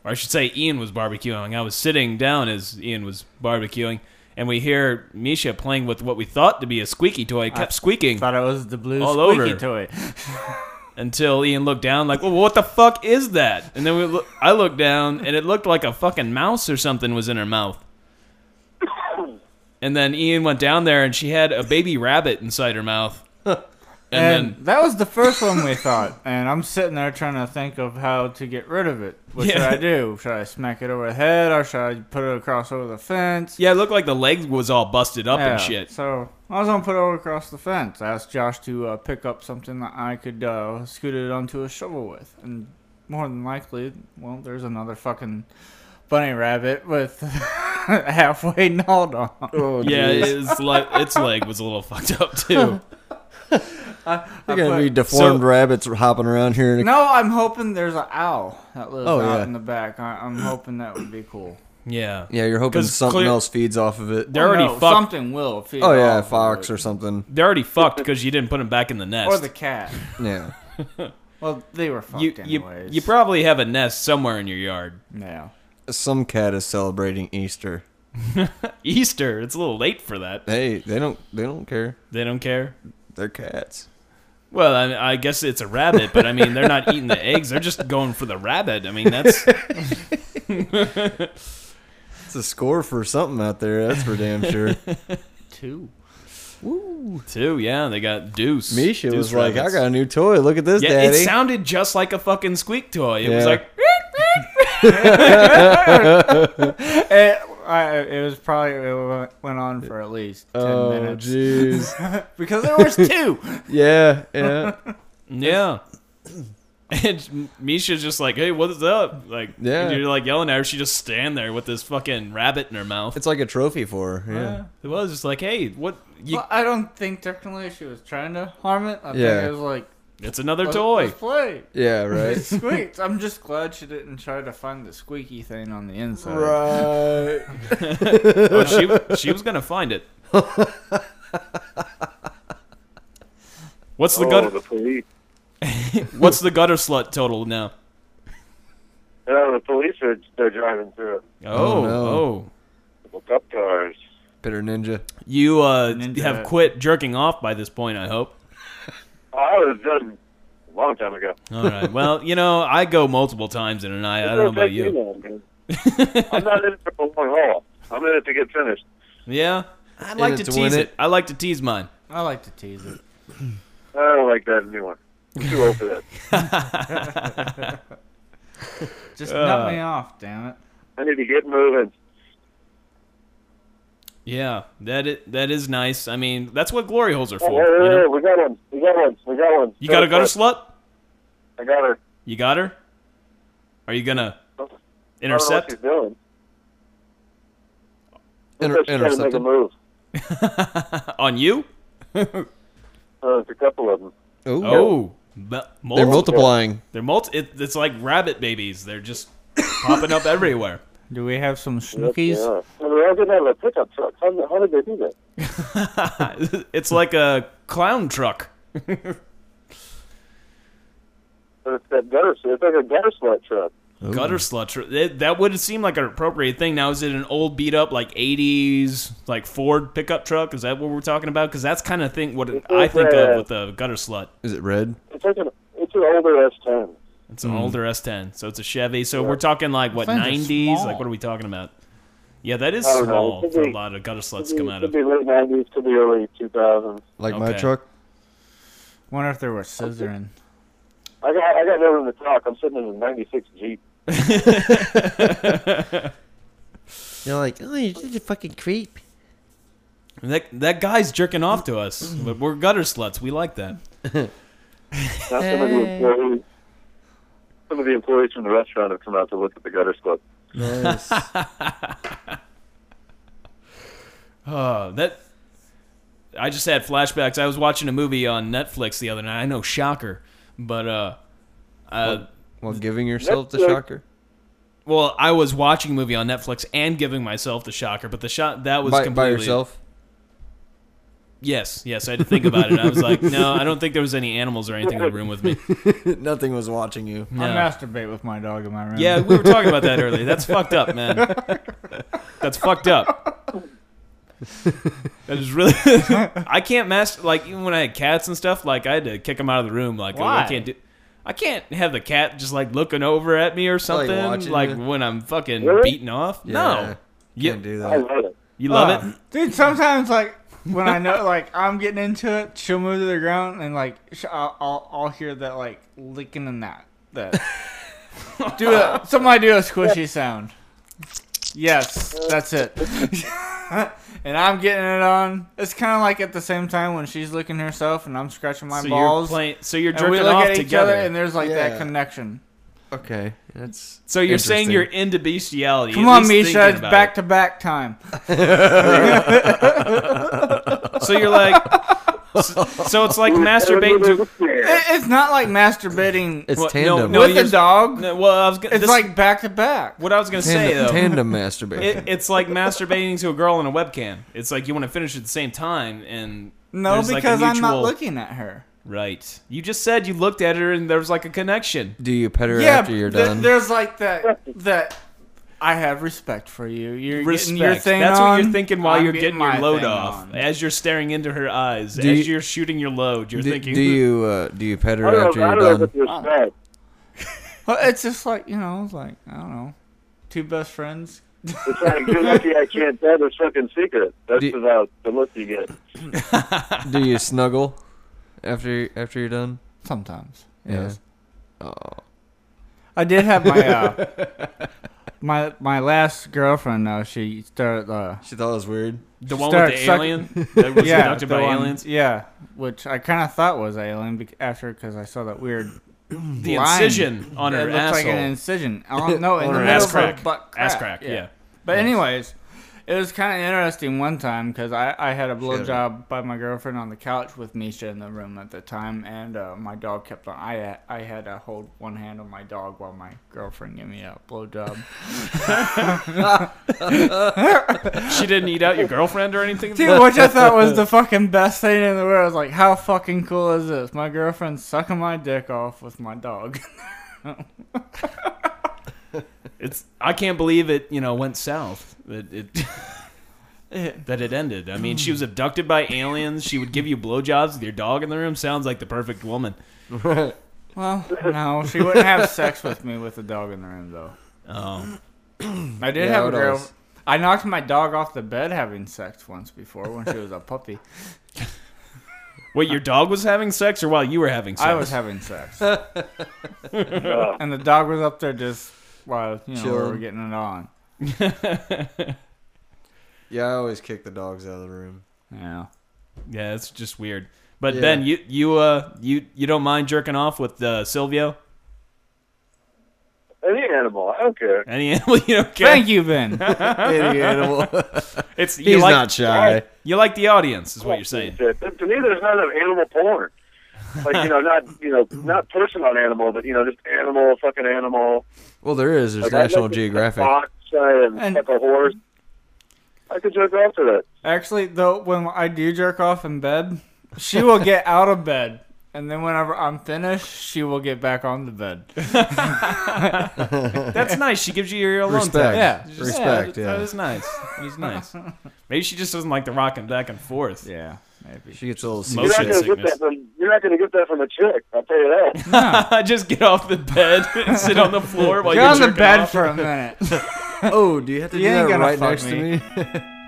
or I should say Ian was barbecuing. I was sitting down as Ian was barbecuing, and we hear Misha playing with what we thought to be a squeaky toy. It kept squeaking
Thought it was the blue
All
squeaky
over.
toy.
until Ian looked down, like, well, what the fuck is that? And then we look, I looked down, and it looked like a fucking mouse or something was in her mouth. And then Ian went down there, and she had a baby rabbit inside her
[laughs]
mouth.
And,
And,
that was the first one we thought. And I'm sitting there trying to think of how to get rid of it. What should
Yeah.
I do? Should I smack it over the head or should I put it across over the fence?
yeah, it looked like the leg was all busted up and shit.
So I was gonna put it over across the fence. I asked Josh to uh, pick up something that I could uh, scoot it onto a shovel with, and more than likely, well, there's another fucking bunny rabbit with [laughs] halfway gnawed on.
Oh,
Yeah, it's like its leg was a little [laughs] fucked up
[laughs]
too.
they're gonna
but-
be deformed
So-
rabbits hopping around here. In a,
No, I'm hoping there's an owl that lives
Oh,
out
yeah.
in the back. I, I'm hoping that would be cool.
Yeah,
Yeah, you're hoping
'Cause
something
clear-
else feeds off of it.
They're already
Oh, no,
fucked.
Something will feed.
Oh
off
yeah, a
of
fox
it.
or something.
They're already fucked because you didn't put them back in the nest.
or the cat.
Yeah.
Well, they were fucked
you, you,
anyways.
you probably have a nest somewhere in your yard. [laughs]
no.
[laughs] Some cat is celebrating Easter.
Easter, it's a little late for that.
Hey, they don't they don't care.
They don't care.
They're cats.
Well, I, I guess it's a rabbit, but I mean, they're not eating the eggs. They're just going for the rabbit. I mean,
[laughs]
that's
It's a score for something out there, that's for damn [laughs] sure.
Two.
two. Yeah, they got deuce.
Misha
Deuce
was like,
rabbits.
I got a new toy. Look at this,
Yeah,
daddy.
it sounded just like a fucking squeak toy. It was
Yeah.
like, "Eh."
It, I, it was probably it went on for at least ten
oh,
minutes.
jeez.
because there
[laughs]
was two.
[laughs] yeah, yeah,
yeah. [laughs] And Misha's just like, hey, what's up? Like,
Yeah.
and you're like yelling at her. She just stand there with this fucking rabbit in her mouth.
it's like a trophy for her. Yeah.
yeah. It was just like, hey, what? You,
well, I don't think technically she was trying to harm it. I
Yeah.
think it was like
it's another
let-
toy.
Let's play.
yeah, [laughs]
It
right.
squeaks. I'm just glad she didn't try to find the squeaky thing on the inside.
right.
[laughs] oh, she
[laughs]
she was gonna find it. What's the
oh,
gutter?
the police.
What's the gutter slut total now?
No, the police are they're driving through
Oh,
Oh, no.
oh.
the cup cars.
Bitter ninja.
You uh,
Ninja.
have quit jerking off by this point, I hope.
Oh, I was done a long time ago.
All
[laughs]
right. Well, you know, I go multiple times in a night. I don't know about you.
I'm not in it for the long haul. I'm in it to get finished.
Yeah. I like
it
to
to
tease
win
it. I like to tease mine.
I like to tease it.
I don't like that new one. I'm too old for that.
Just
Uh.
nut me off, damn it.
I need to get moving.
Yeah, that it that is nice. I mean, that's what glory holes are
Hey,
for. You,
hey, hey,
know?
we got one. We got one. We got one.
you gotta go to
sleep.
slut.
I got her.
You got her. Are you gonna
I
intercept?
don't know what she's doing.
Inter-
Looks like she's trying to make a
intercepted.
move.
on you?
Uh, there's a couple of them.
Ooh.
Oh, but multi-
They're multiplying.
They're multi. It, it's like rabbit babies. They're just popping up
[laughs]
everywhere.
Do we have some
Yes,
schnookies?
they are. And they all didn't have a pickup truck. How, how did they do that?
[laughs] it's like a clown truck.
But it's that gutter. It's like a gutter slut truck.
Gutter slut. tr- It, that would seem like an appropriate thing. Now, is it an old beat up like '80s like Ford pickup truck? Is that what we're talking about? Because that's kind of thing what
It's
I think
like
of
a-
with a gutter slut.
Is it red?
It's like an it's an older S10.
It's an older S10, so it's a Chevy. So we're talking like what
Those things are
90s?
small.
Like what are we talking about? Yeah, that is
I don't know.
small
Could
for
be-
a lot of gutter sluts
Could
come
be-
out
could
of.
be late nineties, could be early two thousands.
Like my
Okay.
truck?
Wonder if there were scissoring.
I got I got no room to talk. I'm sitting in a '96 Jeep.
They're like, oh, you're just a fucking creep.
That that guy's jerking off to us, but we're gutter sluts. We like that.
Now some of the employees, some of the employees from the restaurant have come out to look at the gutter slut.
Nice.
Uh, that I just had flashbacks. I was watching a movie on Netflix the other night. I know, shocker, but uh, uh,
While giving yourself the
That's like-
shocker.
well, I was watching a movie on Netflix and giving myself the shocker, but the shot that was
By, by
completely
yourself?
Yes, yes, I had to think about it. I was
[laughs]
like, no, I don't think there was any animals or anything in the room with me.
Nothing was watching you.
I
No.
masturbate with my dog in my room.
Yeah, we were talking about that earlier. That's fucked up,
[laughs]
man. That's fucked up. That is really. [laughs] I can't master like even when I had cats and stuff. Like I had to kick them out of the room. Like oh,
Why?
I can't do. I can't have the cat just like looking over at me or something. Like,
watching you?
when I'm fucking
Really?
beating off.
Yeah,
No, you,
Can't do
I
that.
love it.
you love
Uh,
it.
dude. Sometimes, like when I know, like I'm getting into it, she'll move to the ground, and like sh- I'll, I'll, I'll hear that like licking and that
[laughs]
that. do a somebody do a squishy sound. Yes, that's it. [laughs] and I'm getting it on. It's kind of like at the same time when she's licking herself and I'm scratching my
So you're
balls.
playing. So you're
and we
jerking
look
off
at each
together.
other, and there's like that
Yeah.
connection.
Okay. That's
so you're saying
Interesting.
you're into bestiality.
Come
at least
on, Misha,
thinking
it's
about
back to back time.
[laughs]
it. So you're like. [laughs] so, so it's
[laughs]
like masturbating to
It- it's not like masturbating
it's
Well, no,
tandem.
no,
with
you're-
a dog.
No, well, I was gonna,
It's
this,
like back to back.
what I was gonna say
tandem,
though.
tandem masturbation.
It, it's like masturbating to a girl on a webcam. It's like you want to finish at the same time, and
No,
there's,
because
like, a
I'm not
mutual-
looking at her.
Right. You just said you looked at her, and there was like a connection.
do you pet her
Yeah,
after you're
th-
done?
there's like that that I have respect for you. You're getting your
Respect.
thing
That's what
on,
you're thinking while
I'm
you're getting,
my
your load
thing
off.
on.
As you're staring into her eyes,
Do
as
you-
you, are shooting your load, you're
do,
thinking.
do you uh, do you pet her
I don't
after
know. I
you're
don't know if
done?
it's respect.
Well, it's just like you know, it's like I don't know, two best friends.
It's like good lucky I can't tell this fucking secret. That's
Do-
about the look you get.
Do you snuggle after after you're done?
Sometimes,
Yeah. Oh.
yes. I did have my uh,
[laughs]
my my last girlfriend. Though she started uh,
She thought it was weird.
the one
start
with the
suck- [laughs]
alien that was
yeah,
abducted
the
by
one-
aliens.
Yeah, which I kind of thought was alien bec- after because I saw that weird
The
line.
incision on
It
her
looks
asshole.
like an incision.
[laughs]
Oh, no, in
Or
the
an
middle
ass
of her
crack.
butt crack.
Ass crack. Yeah.
But anyways, it was kind of interesting one time because I, I had a blowjob by my girlfriend on the couch with Misha in the room at the time, and uh, my dog kept on. I I had to hold one hand on my dog while my girlfriend gave me a
[laughs]
blowjob.
She didn't eat out your girlfriend or
[laughs]
anything.
Dude, which I thought was the fucking best thing in the world. I was like, how fucking cool is this? My girlfriend's sucking my dick off with my dog. [laughs]
It's I can't believe it. You know, went south. That it.
[laughs]
that it [laughs] ended. I mean,
Hmm.
she was abducted by aliens. She would give you blowjobs with your dog in the room. Sounds like the perfect woman.
well, no, she wouldn't have sex with me with the dog in the room, though.
Oh,
I did
Yeah,
have
I
a
would
girl.
always-
I knocked my dog off the bed having sex once before when she was a puppy.
Wait, your dog was having sex, or while you were having sex?
I was
[laughs]
having sex, and the dog was up there just while you know we were
Chilling.
getting it on.
Yeah, I always kick the dogs out of the room.
Yeah.
yeah, it's just weird. But
Yeah.
Ben, you you uh you you don't mind jerking off with uh, Silvio?
Any animal, I don't care.
Any [laughs] animal you don't care?
Thank you, Ben.
Any animal. [laughs]
It's you
He's
like
not shy.
you like the audience, is what you're
[laughs]
saying.
Shit. To me, there's not enough animal porn. Like you know, not you know, not person on animal, but you know, just animal, fucking animal.
Well, there is. There's
Like, I'd
National
like to see
Geographic.
A fox uh, and,
And-
fuck a horse. I could jerk off to that.
Actually, though, when I do jerk off in bed, she will get out of bed, and then whenever I'm finished, she will get back on the bed.
That's nice. She gives you your alone
Respect.
time.
Yeah.
Just-
Respect.
that-
Yeah.
That is nice. That is nice. [laughs] Maybe she just doesn't like the rocking back and forth.
Yeah, maybe.
she gets a little
You're
Motion
not
seasick.
gonna get
sickness.
that from you're not gonna get that from a chick. I'll tell you that.
[laughs] just get off the bed and sit on the floor while
Get
you're
on the
jerking
bed
off.
for
[laughs]
a minute. [laughs]
Oh, do you have to
You
do
ain't
that
gonna
right
fuck
next
me.
to me?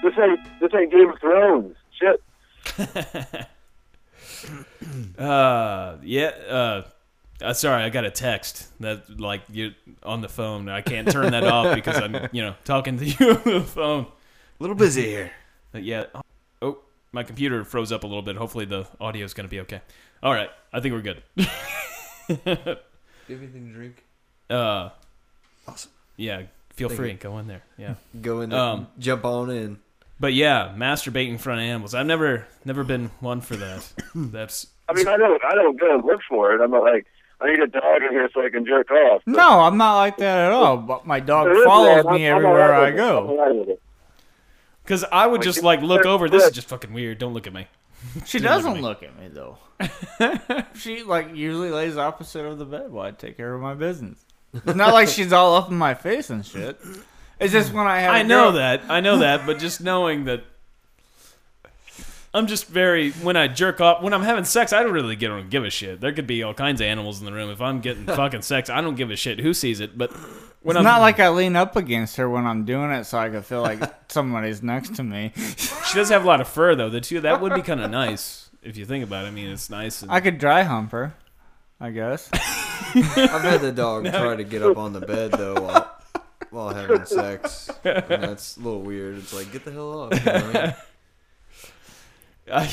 this ain't this ain't Game of Thrones. Shit.
Uh, yeah. Uh, uh, sorry, I got a text that like you on the phone. I can't turn that off because I'm you know talking to [laughs] you on the phone.
a little busy here.
But yeah. Oh, my computer froze up a little bit. Hopefully the audio is gonna be okay. All right, I think we're good.
Do you have anything to drink?
Uh,
Awesome.
Yeah, feel
Thank
free
you.
go in there. Yeah.
Go in.
Um,
jump on in.
But yeah, masturbate in front of animals. I've never never been one for that. That's
I mean, I don't I don't go and look for it. I'm not like I need a dog in here so I can jerk off. But
No, I'm not like that at all. But my dog
there is
follows
that. Oh, I'm-
me
I'm alright
everywhere I
with it. I'm
go.
alright with it.
because I would
Like,
just
it's
like look
very
over. This is
quick.
just fucking weird. Don't look at me.
She doesn't look at me though. she like usually lays opposite of the bed while I take care of my business. It's not like she's all up in my face and shit. It's just when I have.
I
a
know
girl-
that. I know that. But just knowing that. I'm just very when I jerk off when I'm having sex I don't really get don't give a shit. There could be all kinds of animals in the room. If I'm getting fucking sex, I don't give a shit who sees it. But when
It's
I'm
not like I lean up against her when I'm doing it, so I can feel like [laughs] somebody's next to me.
she does have a lot of fur though. The two that would be kind of nice if you think about it. I mean, it's nice. And,
I could dry hump her, I guess.
I've had the dog try to get up on the bed though while, while having sex. And that's a little weird. It's like get the hell off. you know what I mean?
I,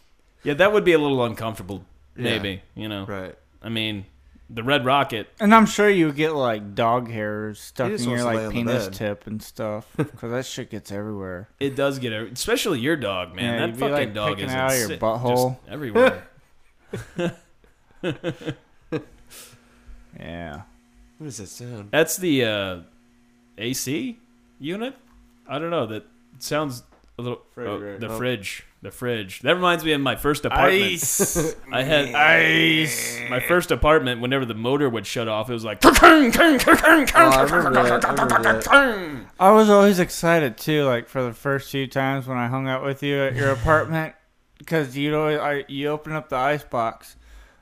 [laughs] yeah, that would be a little uncomfortable,
Yeah.
maybe. You know,
Right.
I mean, the Red Rocket.
And I'm sure you get like dog hair stuck
He just
in your
wants to lay
like
on the
penis
bed.
tip and stuff, because that shit gets everywhere.
It does get, every, especially your dog, man.
Yeah,
that
you'd be,
fucking
like,
dog
picking
is
out of your
insi-
butthole.
just everywhere. [laughs]
Yeah.
What is that sound?
That's the uh, AC unit. I don't know. That sounds a little. oh,
right?
the
Oh.
fridge. The fridge. That reminds me of my first apartment. [laughs] I had ice. My first apartment. Whenever the motor would shut off, it was like.
Oh, I remember that. I remember that.
I was always excited too, like for the first few times when I hung out with you at
[laughs]
your apartment, because you'd always I, you open up the ice box,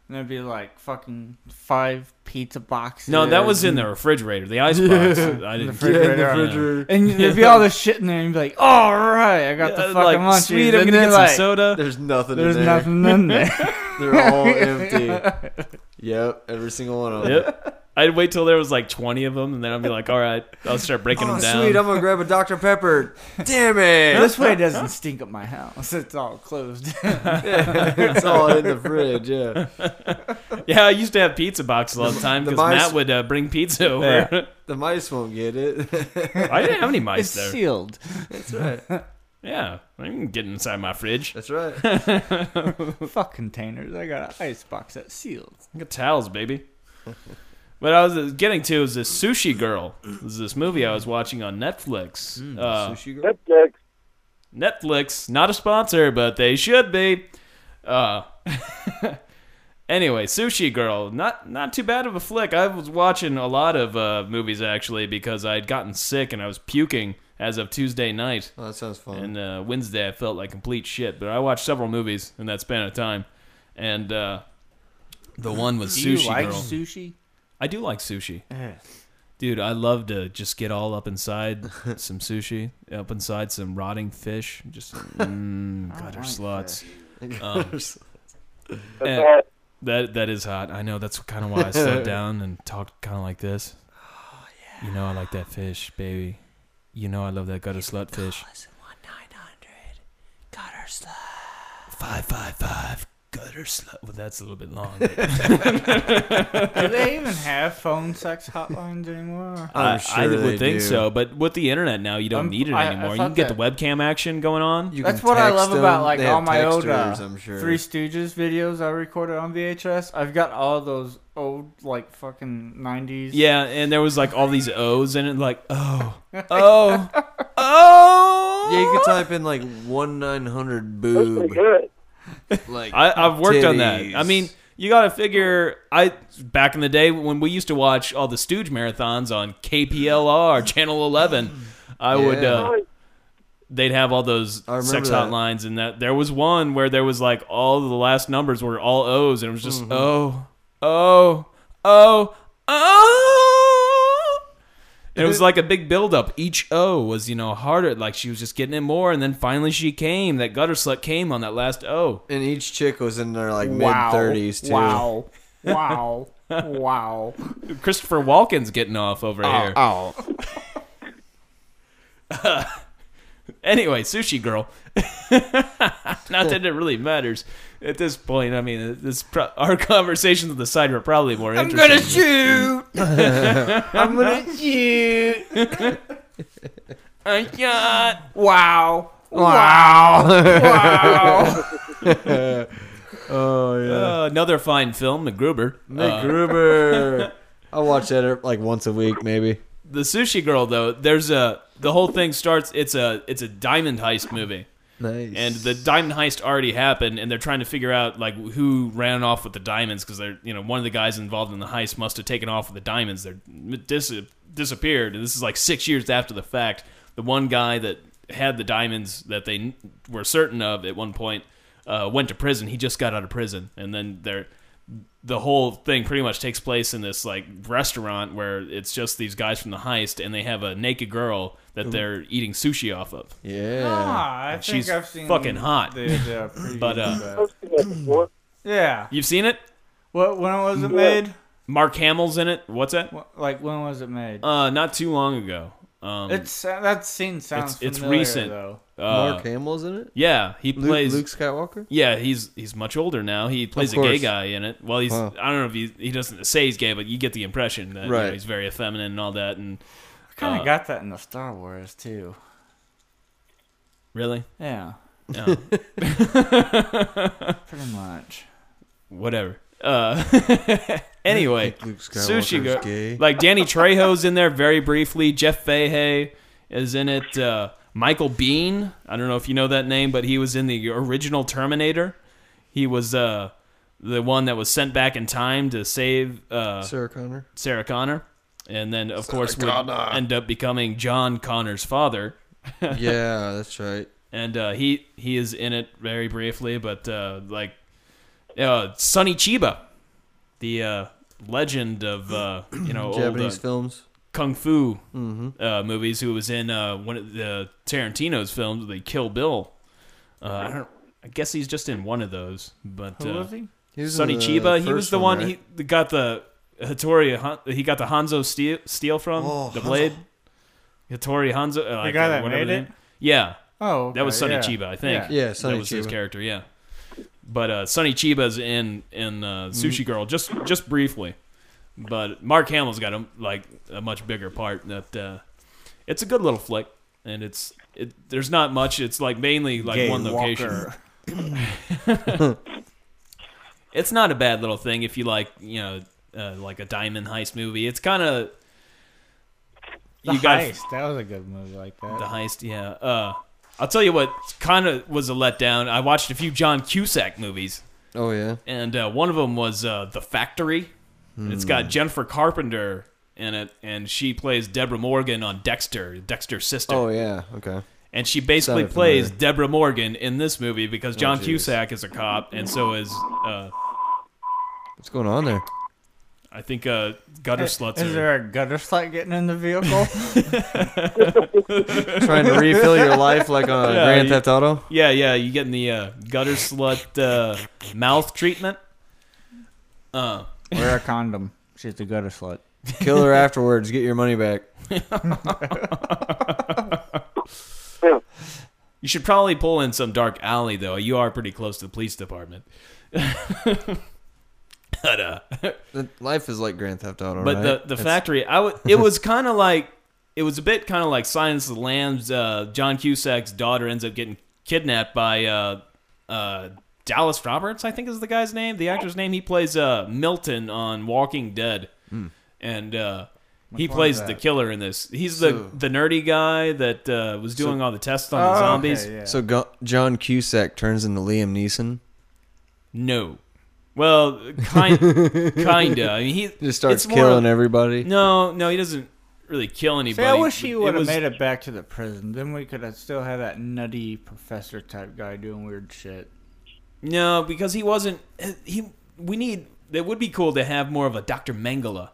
and there'd be like fucking five pizza boxes.
No, that was in the refrigerator. The
[laughs]
ice box. I didn't.
refrigerator. Yeah,
Yeah.
[laughs] And there'd be all this shit in there, and you'd be like, "All right, I got
Yeah,
the
like,
fucking lunch."
Sweet, I'm gonna get some soda.
There's nothing
There's
in there.
nothing
[laughs]
in there.
They're all empty. Yep, every single one of them.
Yep. I'd wait till there was like 20 of them, and then I'd be like, all right, I'll start breaking
Oh,
them down.
sweet, I'm gonna grab a Dr. Pepper. Damn it! [laughs]
this way it doesn't stink up my house. It's
[laughs]
all closed.
it's all in the fridge. Yeah,
yeah, I used to have pizza boxes all the time
the
because
mice-
Matt would uh, bring pizza over. [laughs]
the mice won't get it. [laughs]
I didn't have any mice
it's
there.
sealed.
That's right.
Yeah, I can get inside my fridge.
That's right.
Fuck containers. I got an ice box that's sealed.
I got towels, baby. But I was uh, getting to is this Sushi Girl. This is this movie I was watching on Netflix. Uh,
Sushi girl.
That's like
Netflix, not a sponsor, but they should be. Uh, [laughs] anyway, Sushi Girl, not not too bad of a flick. I was watching a lot of uh, movies actually because I had gotten sick and I was puking as of Tuesday night,
Oh, that sounds fun.
and uh, Wednesday I felt like complete shit. But I watched several movies in that span of time, and uh, the one was
Do
Sushi
you like
Girl.
sushi?
I do like sushi. Dude, I love to just get all up inside some sushi, up inside some rotting fish, just mm, gutter
like
sluts.
That's
Eh.
all.
That that is hot. I know that's kind of why I sat down and talked kind of like this. You know I like that fish, baby. You know I love that gutter slut fish. Five five five gutter slut. Well, that's a little bit long. but
Do they even have phone sex hotlines anymore?
I'm
I-
sure
I
they
would think
do.
so, but with the internet now, you don't
I'm-
need it
I- I
anymore. you
thought
can get the webcam action going on.
You
That's
can
what I
text
love
them.
about like
They
all
have
my old uh,
texters, I'm sure.
Three Stooges videos I recorded on VHS. I've got all those old like fucking nineties.
Yeah, and there was like all these O's in it, like
[laughs]
oh, oh, oh.
Yeah, you could type in like one nine hundred
That's pretty
[laughs]
boob.
good.
Like
I, I've worked on that. I
titties.
mean, you got to figure. I back in the day when we used to watch all the Stooge marathons on
[laughs]
KPLR Channel Eleven, I would.
Yeah.
Uh, they'd have all those
I remember
sex
that.
hotlines, and that there was one where there was like all the last numbers were all O's, and it was just
Mm-hmm.
oh, oh, oh, oh. And it was like a big buildup. Each O was, you know, harder. Like she was just getting it more, and then finally she came. That gutter slut came on that last O.
and each chick was in their like mid
Wow.
thirties too.
Wow.
[laughs]
Wow. wow.
Christopher Walken's getting off over here.
Oh.
Anyway, sushi girl. [laughs] Not that it really matters at this point. I mean, this pro- our conversations on the side were probably more interesting.
[laughs]
shoot. I'm gonna shoot.
I'm gonna shot.
Wow. Wow.
[laughs]
Wow.
Oh yeah.
Uh, another fine film, MacGruber.
Nick
[laughs]
Gruber. I watch that er- like once a week, maybe.
The sushi girl, though, there's a the whole thing starts. It's a it's a diamond heist movie.
Nice.
and the diamond heist already happened and they're trying to figure out like who ran off with the diamonds because they're you know one of the guys involved in the heist must have taken off with the diamonds they're dis- disappeared and this is like six years after the fact the one guy that had the diamonds that they kn- were certain of at one point uh, went to prison he just got out of prison and then they're the whole thing pretty much takes place in this like restaurant where it's just these guys from the heist and they have a naked girl that they're eating sushi off of uh,
yeah.
Ah, I think
She's
I've seen
fucking hot.
[laughs]
The, the previews
But, uh,
I've
of that.
seen that before.
yeah.
you've seen it
What? When was it made?
Mark Hamill's in it. What's that?
What, like when was it made?
Uh, not too long ago. Um,
it's uh, that scene sounds
it's- it's
familiar,
recent.
though.
uh,
Mark Hamill's in it.
Yeah, he
Luke,
plays.
Luke Skywalker.
yeah, he's he's much older now. He plays a gay
course.
guy in it. Well, he's
Wow.
I don't know if he he doesn't say he's gay, but you get the impression that you know,
Right.
he's very effeminate and all that. And
I kind of
uh,
got that in the Star Wars too.
really,
Yeah, [laughs]
[laughs] no,
pretty much.
whatever. Uh, [laughs] anyway,
Luke
sushi girl.
Skywalker's gay.
Like Danny Trejo's in there very briefly. Jeff Fahey is in it. Uh, Michael Bean. I don't know if you know that name, but he was in the original Terminator. He was uh, the one that was sent back in time to save uh, [laughs]
Sarah Connor.
Sarah Connor, and then of course would end up becoming John Connor's father.
yeah, that's right.
And uh, he he is in it very briefly, but uh, like uh, Sonny Chiba, the uh, legend of uh, you
[clears throat]
know old, uh,
Japanese Mm-hmm. films.
kung fu uh, movies who was in uh, one of the Tarantino's films, the Kill Bill. Uh, I don't. I guess he's just in one of those. But
Who
uh,
was he?
He was in
Sonny
the
Chiba, he
first
was the one,
right?
he got the Hattori. Han- He got the Hanzo steel, steel from
Oh,
the
Hanzo.
blade. Hattori Hanzo. Uh, like,
guy
uh,
that
whatever
made
the
it?
name- Yeah,
Oh,
that was
okay,
Sonny Chiba, I think.
Yeah.
Yeah, Sonny
that was his
Chiba.
character. Yeah, but uh, Sonny Chiba's in in uh,
Mm.
Sushi Girl just just briefly, but Mark Hamill's got a like a much bigger part. That uh, it's a good little flick, and it's it, there's not much. It's like mainly like
Gay
one location.
Walker.
[laughs]
[laughs]
It's not a bad little thing if you like you know uh, like a diamond heist movie. It's kind of
The
you got
Heist. That was a good movie like that.
The heist, yeah. Uh, I'll tell you what kind of was a letdown. I watched a few John Cusack movies,
Oh yeah.
and uh, one of them was uh, The Factory. It's got
Hmm.
Jennifer Carpenter in it, and she plays Deborah Morgan on Dexter, Dexter's sister.
Oh yeah. Okay.
And she basically
Sounded
plays
familiar. Oh,
Deborah Morgan in this movie because John
jeez.
Cusack is a cop, and so is. Uh,
What's going on there?
I think uh, gutter sluts
Is
are.
there a gutter slut getting in the
[laughs]
vehicle?
[laughs]
[laughs]
Trying to refill your life [laughs] like on
Yeah,
Grand
you-
Theft Auto.
Yeah, yeah, you getting the uh, gutter slut uh, mouth treatment. Uh,
Wear a condom. She's a gutter slut.
Kill her afterwards. Get your money back.
you should probably pull in some dark alley though. You are pretty close to the police department. [laughs] but uh, [laughs]
The- Life is like Grand Theft Auto,
but
right?
the the
It's-
factory, I w- it
[laughs]
was kind of like it was a bit kind of like Science of the Lambs. Uh, John Cusack's daughter ends up getting kidnapped by uh, uh, Dallas Roberts, I think is the guy's name, the actor's name. He plays uh, Milton on Walking Dead,
Hmm.
and uh, he
one
plays
is
the
that?
killer in this. He's the the nerdy guy that uh, was doing all the tests on
Oh,
the
okay,
zombies.
yeah.
So Go- John Cusack turns into Liam Neeson.
No. Well,
[laughs]
kind, kinda. I mean, he
Just starts
it's more of-
killing everybody.
No, no, he doesn't really kill
See,
anybody.
I wish he
It
would have
was-
made it back to the prison. Then we could have still had that nutty professor type guy doing weird shit.
No, because he wasn't. He we need. It would be cool to have more of a Dr. Mengele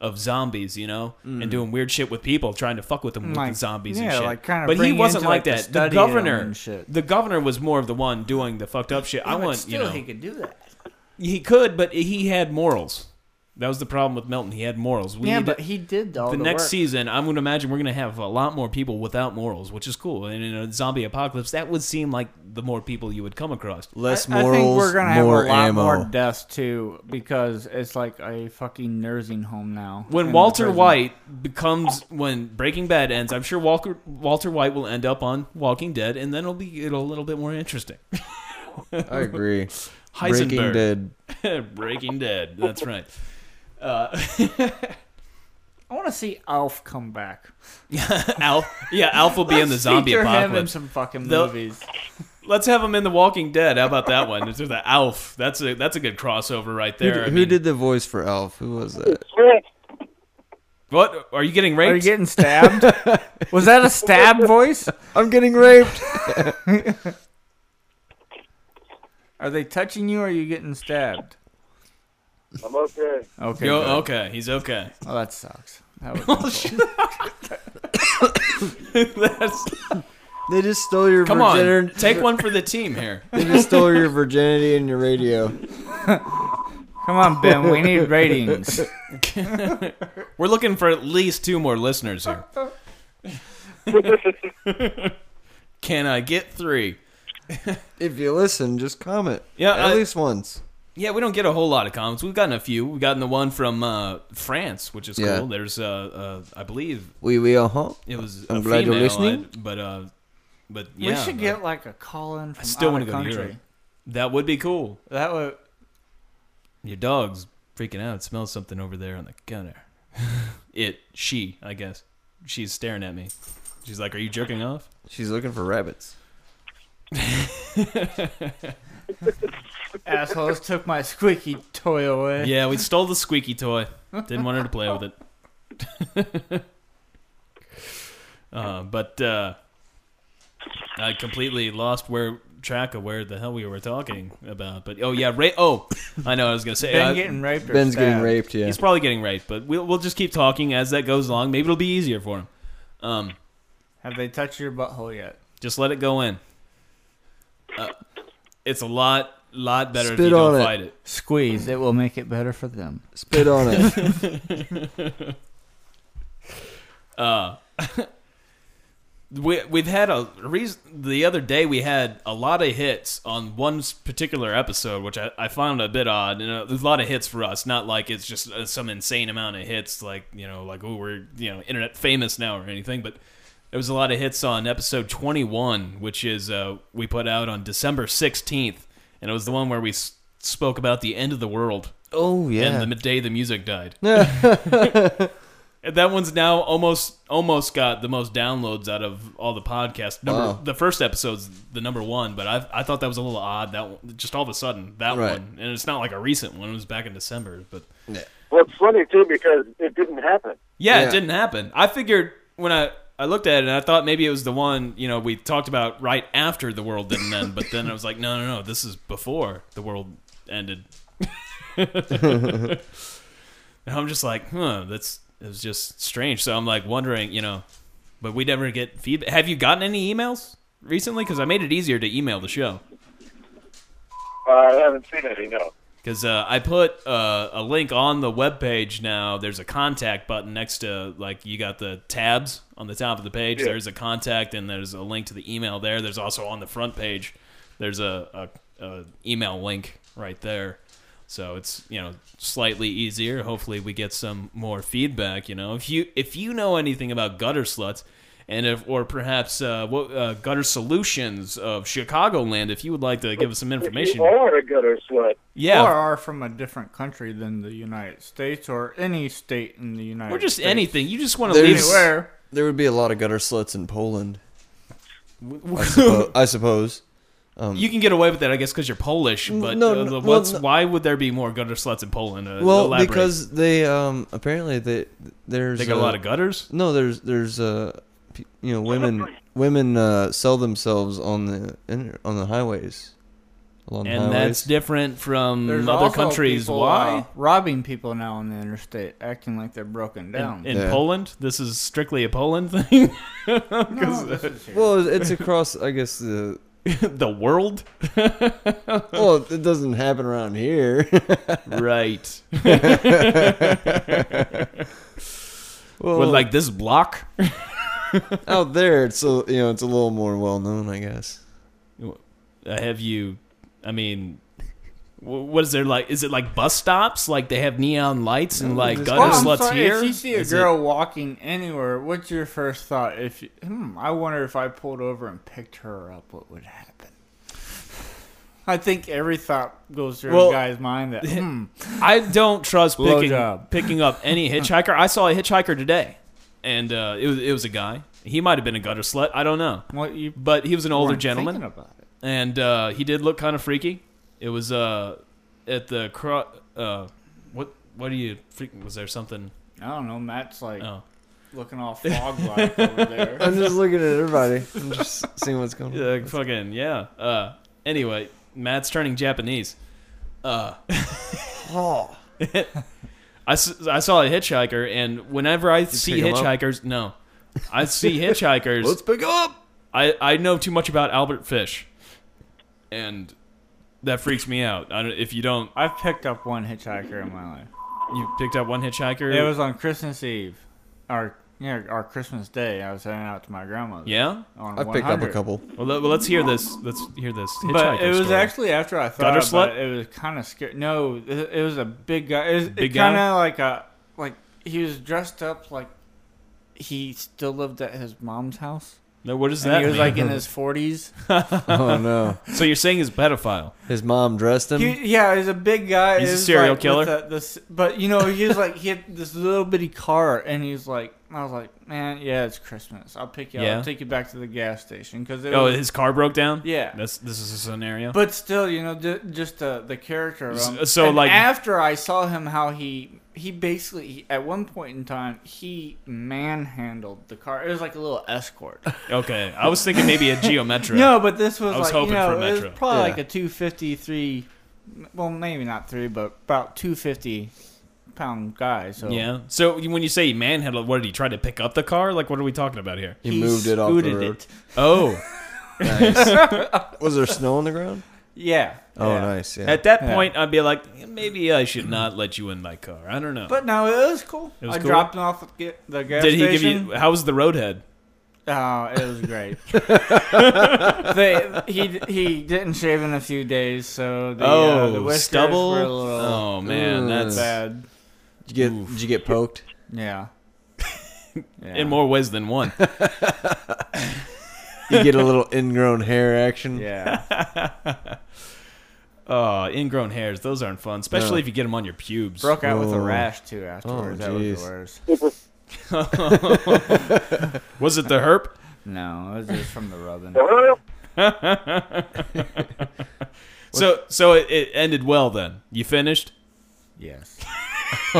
of zombies, you know,
Hmm.
and doing weird shit with people, trying to fuck with them with
Like,
the zombies and
yeah,
shit.
like, kinda
but he
bring you
wasn't
into,
like,
like, the
that. The
study of them
governor,
and shit.
the governor was more of the one doing the fucked up shit. I
But
want, you
Oh, still,
know,
he could do that.
he could, but he had morals. That was the problem with Melton. He had morals. We
yeah,
need
but
to-
he did all
the
the,
next
work.
season, I'm going to imagine we're going to have a lot more people without morals, which is cool. And in a zombie apocalypse, that would seem like the more people you would come across.
Less
I-
morals,
I think we're gonna
more
have a lot
ammo.
more deaths too, because it's like a fucking nursing home now. in
When
the
Walter
prison.
White becomes when Breaking Bad ends, I'm sure Walker Walter White will end up on Walking Dead, and then it'll be it'll a little bit more interesting.
[laughs]
I agree. Breaking
[laughs] Heisenberg, [laughs]
Dead.
Breaking Dead. That's right. Uh, [laughs]
I want to see Alf come back.
Alf, yeah, Alf will be in the
Let's
zombie
feature
apocalypse.
Him in some fucking
The-
movies.
Let's have him in the Walking Dead. How about that one? It's the Alf. That's a that's a good crossover right
Who,
there. I
who
mean-
did the voice for Elf? Who was that?
What are you getting raped?
Are you
[laughs]
getting stabbed? Was that a stab voice?
I'm getting raped.
Are they touching you or are you getting stabbed?
I'm okay.
Okay.
Yo,
good.
okay, he's okay.
Oh, that sucks.
[laughs]
That was awful.
That's,
They just stole your
come on,
virginity.
[laughs] take one for the team here.
They just stole your virginity and your radio.
Come on, Ben. We need ratings.
We're looking for at least two more listeners
[laughs]
here. Can I get three?
If you listen, just comment.
Yeah,
at
I-
least once.
Yeah, we don't get a whole lot of comments. We've gotten a few. We've gotten the one from uh, France, which is
Yeah.
cool. There's, uh, uh, I believe
We we uh huh.
it was
I'm
a
glad you're
female,
listening.
I- but uh, but [laughs] yeah,
we should
but
get like a call in from
I still
out
want
of
to go to Europe.
country.
That would be cool.
That would.
Your dog's freaking out. It smells something over there on the counter. [laughs] it, she, I guess. She's staring at me. She's like, "Are you jerking off?"
She's looking for rabbits.
Assholes took my squeaky toy away.
Yeah, we stole the squeaky toy. Didn't want her to play with it. [laughs] uh, but uh, I completely lost where track of where the hell we were talking about. But oh yeah, ra- oh, I know. I was gonna say
Ben
uh,
getting raped. Or
Ben's getting
stabbed.
raped. Yeah.
He's probably getting raped, but we'll we'll just keep talking as that goes along. Maybe it'll be easier for him. Um,
Have they touched your butthole yet?
Just let it go in. Uh, it's a lot, lot better if
Spit
you don't
on it.
fight it.
Squeeze. It will make it better for them.
Spit on it.
Uh, we we've had a reason. The other day we had a lot of hits on one s- particular episode, which I, I found a bit odd. You know, there's a lot of hits for us. Not like it's just uh, some insane amount of hits, like you know, like oh we're you know internet famous now or anything, but. There was a lot of hits on episode 21, which is uh, we put out on December 16th, and it was the one where we s- spoke about the end of the world
oh yeah.
and the day the music
[laughs]
died. And that one's now almost almost got the most downloads out of all the podcasts. Number
Wow.
the first episode's the number one, but I I thought that was a little odd. That one, just all of a sudden that
Right.
one, and it's not like a recent one. It was back in December, but
Well, it's funny too because it didn't happen.
yeah,
Yeah.
it didn't happen. I figured when I I looked at it, and I thought maybe it was the one you know we talked about right after the world didn't end, but then I was like, no, no, no, this is before the world ended. And I'm just like, huh, that's it was just strange. So I'm like wondering, you know, but we never get feedback. Have you gotten any emails recently? Because I made it easier to email the show.
I haven't seen any, no.
Because uh, I put uh, a link on the webpage now. There's a contact button next to, like, you got the tabs on the top of the page.
Yeah.
There's a contact, and there's a link to the email there. There's also on the front page, there's a, a, a email link right there. So it's you know slightly easier. Hopefully, we get some more feedback. You know, if you if you know anything about gutter sluts, and if or perhaps uh, what uh, gutter solutions of Chicagoland, if you would like to give us some
If
information,
you are a gutter slut,
yeah,
Or are from a different country than the United States or any state in the United
Or
States.
just anything. You just want to leave.
There's-
Anywhere.
[laughs] There would be a lot of gutter sluts in Poland.
[laughs]
I, suppo- I suppose.
You can get away with that, I guess, because you're Polish. But
no,
uh,
no,
the-
well,
what's,
no.
why would there be more gutter sluts in Poland? Uh,
Well,
elaborate.
because they um apparently they there's
they got a
uh,
lot of gutters.
No, there's there's uh pe- you know women women uh, sell themselves on the inter- on the highways along the
And
highways.
that's different from
There's
other
also
countries.
people,
Why?
uh, robbing people now on the interstate, acting like they're broken down.
in in
Yeah.
Poland, this is strictly a Poland [laughs] thing. 'Cause,
No, this is
[laughs]
here.
well, it's across I guess the
the
[laughs]
world,
well it doesn't happen around here. [laughs]
right?
well,
But like this block, [laughs]
out there, it's a, you know it's a little more well known, I guess.
Uh, have you? I mean, wh- what is there like? Is it like bus stops? Like they have neon lights and like gutter
Well, I'm
sluts
sorry,
here?
If you see a
Is it-
girl walking anywhere, what's your first thought? If you, hmm, I wonder if I pulled over and picked her up, what would happen? I think every thought goes through
Well,
a guy's
[laughs]
mind that hmm,
I don't trust
Blow
picking,
job. [laughs]
picking up any hitchhiker. I saw a hitchhiker today, and uh, it was it was a guy. He might have been a gutter slut. I don't know,
what you
but he was an older
weren't
gentleman,
thinking about it.
and uh, he did look kind of freaky. It was uh, at the cro- uh, what what do you freak- was there something?
I don't know. Matt's like
Oh, [laughs]
looking all fog like over there.
I'm just looking at everybody. I'm just seeing what's going on.
yeah, fucking yeah. Uh, anyway, Matt's turning Japanese. Uh, [laughs] I, s- I saw a hitchhiker, and whenever I see
pick 'em up?
hitchhikers, no, I
[laughs]
see hitchhikers.
Let's pick up.
I, I know too much about Albert Fish, and that freaks me out. I don't, if you don't,
I've picked up one hitchhiker in my life.
you picked up one hitchhiker.
It was on Christmas Eve, or yeah, or Christmas Day. I was heading out to my grandmother's.
yeah.
on
I picked up a
100.
couple.
Well, let, well, let's hear this. Let's hear this. Hitchhiker
But it was
story.
actually after I thought
Gutter
about
slut?
it, it was kind of scary. No, it, it was a big guy. It was
Big guy?
kind of like a like he was dressed up like he still lived at his mom's house.
no. What does
And
that
he was
mean?
like in
[laughs]
his forties.
Oh no,
so you're saying he's a pedophile?
his mom dressed him.
yeah, he was a big guy.
He's a
It was,
serial
like,
killer?
with a- this, but you know, he was like he had this little bitty car, and he's like, I was like, man, yeah, it's Christmas. I'll pick you. up.
Yeah.
I'll take you back to the gas station because
Oh, his car broke down.
Yeah.
That's this is a scenario.
But still, you know, ju- just the the character. of him.
S- so,
And
like-
after I saw him, how he he basically he, at one point in time he manhandled the car. It was like a little
[laughs]
escort.
okay, I was thinking
[laughs]
maybe a Geometra.
no, but this was,
I was
like you
hoping for
know it
Metro.
was probably
Yeah.
like a two fifty three, well maybe not three, but about two fifty pound guy. So
Yeah. So when you say manhandle, what did he try to pick up the car? Like, what are we talking about here?
He moved it off the
scooted
road.
Oh,
Nice. Was there snow on the ground?
Yeah.
Oh,
yeah.
nice. Yeah.
[laughs] at that
Yeah.
point, I'd be like, maybe I should not let you in my car. I don't know.
But no, it was cool.
It was
I
cool?
dropped him off at the ga- the gas
did he
station.
give you? How was the roadhead?
Oh, it was
[laughs]
great. they, he he didn't shave in a few days, so the, uh, the
Oh,
whiskers
stubble.
were a little
Oh man,
Ugh.
that's
bad.
Did you get did you get poked?
[laughs]
Yeah. yeah.
in more ways than
[laughs]
one.
You get a little ingrown hair action.
Yeah.
Oh, ingrown hairs, those aren't fun, especially
No.
if you get them on your pubes.
Broke out with a
Oh.
rash too
Oh,
afterwards. that was
jeez.
the worst.
Was it the
[laughs]
herp?
No, it was just from the rubbing.
[laughs] well,
So, so it, it ended well then. You finished. [laughs]
Yes. he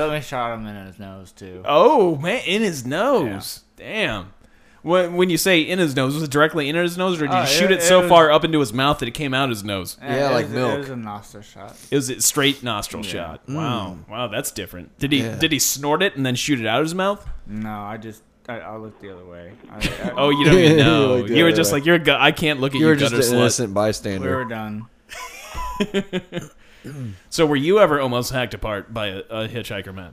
let me shot him in his nose too.
Oh man, in his nose. Damn. when, when you say in his nose, was it directly in his nose, or did you
Uh,
shoot
it-
it, so
it was-
far up into his mouth that it came out his nose?
Yeah,
it
like
was-
milk.
It was a nostril shot.
It was a straight nostril shot. Wow, wow, that's different. Did he
Mm. Yeah.
did he snort it and then shoot it out of his mouth?
No, I just I, I looked the other way. I, I,
[laughs] Oh, you don't
[laughs]
even
Yeah,
know.
like,
you were
yeah,
just
yeah.
like you're. A gu- I can't look at
You
you,
were just
gutter slut.
an innocent
we
bystander.
were done.
So were you ever almost hacked apart by a, a hitchhiker man?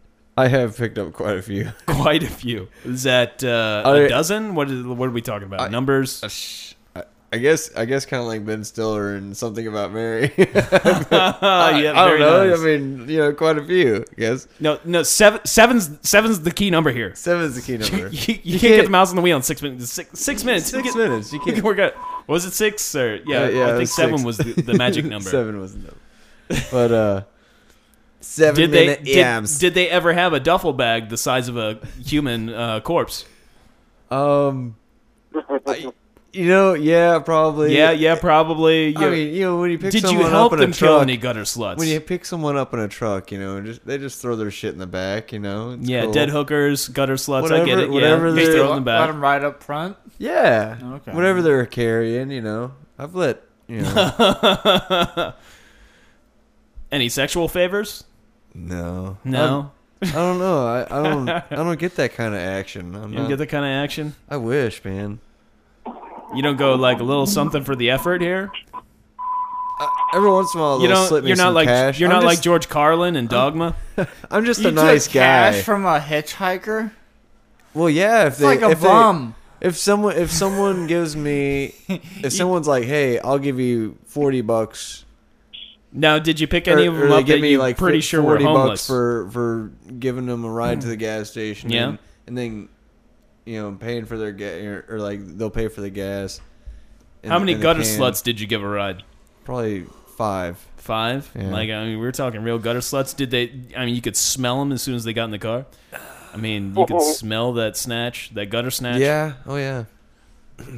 [laughs]
I have picked up quite a few.
Quite a few. Is that uh,
I-
a dozen? What is? What are we talking about?
I-
Numbers.
I- I guess I guess kind of like Ben Stiller and something about Mary.
Oh, [laughs] yeah,
[laughs] I
very
don't know.
nice.
I mean, you know, quite a few. I guess
No, no, seven, seven's seven's the key number here.
seven's the key
You, [laughs]
number. [laughs]
you can't, get the mouse on the wheel in six minutes. Six, six minutes.
Six
You can-
minutes. You
you
can't.
can [laughs] work out. Was it six or yeah?
Uh,
I
it
think
was
seven
six.
was the, the
[laughs]
magic number.
seven was the number. But uh, seven
Did they
minute
did,
yams.
did they ever have a duffel bag the size of a human uh, corpse?
um, I, you know, yeah, probably.
Yeah, yeah, probably.
I
You-
mean, you know, when you pick
did you
someone
help
up in
them
a
kill
truck,
any gutter sluts?
when you pick someone up in a truck, you know, and just they just throw their shit in the back, you know. It's
yeah,
cool.
dead hookers, gutter sluts. I get
Whatever-
it.
whatever
yeah,
they-
just throw it
Let,
in the
let
back.
him ride up front.
Yeah.
Okay.
Whatever they're carrying, you know. I've let you
[laughs]
know.
Any sexual favors?
no.
No.
I don't know. I,
[laughs]
I don't. I don't get that kind of action. I'm
you don't
not,
get that kind of action.
I wish, man.
You don't go like a little something for the effort here.
Every once in a while,
You
they'll
don't.
slip me
You're not
some
like
cash.
you're
I'm
not like
just-
George Carlin and Dogma.
I'm just
You
a nice
took
guy.
cash from a hitchhiker.
well, yeah. If
It's
they,
like a
if they-
bum.
if someone, if someone gives me, if someone's like, "Hey, I'll give you forty bucks,"
Now, did you pick any
or,
of
or
them
Er, they
up
give
that
me
you
like
pretty
fif-
sure were
forty
homeless?
bucks for for giving them a ride to the gas station.
Yeah.
and, and then you know paying for their gas or, or like they'll pay for the gas. and-
How many
and the
gutter
can.
sluts did you give a ride?
Probably five.
Five.
Yeah.
Like I mean, we were talking real gutter sluts. Did they? I mean, you could smell them as soon as they got in the car. I mean, you could smell that snatch, that gutter snatch.
Yeah. Oh yeah.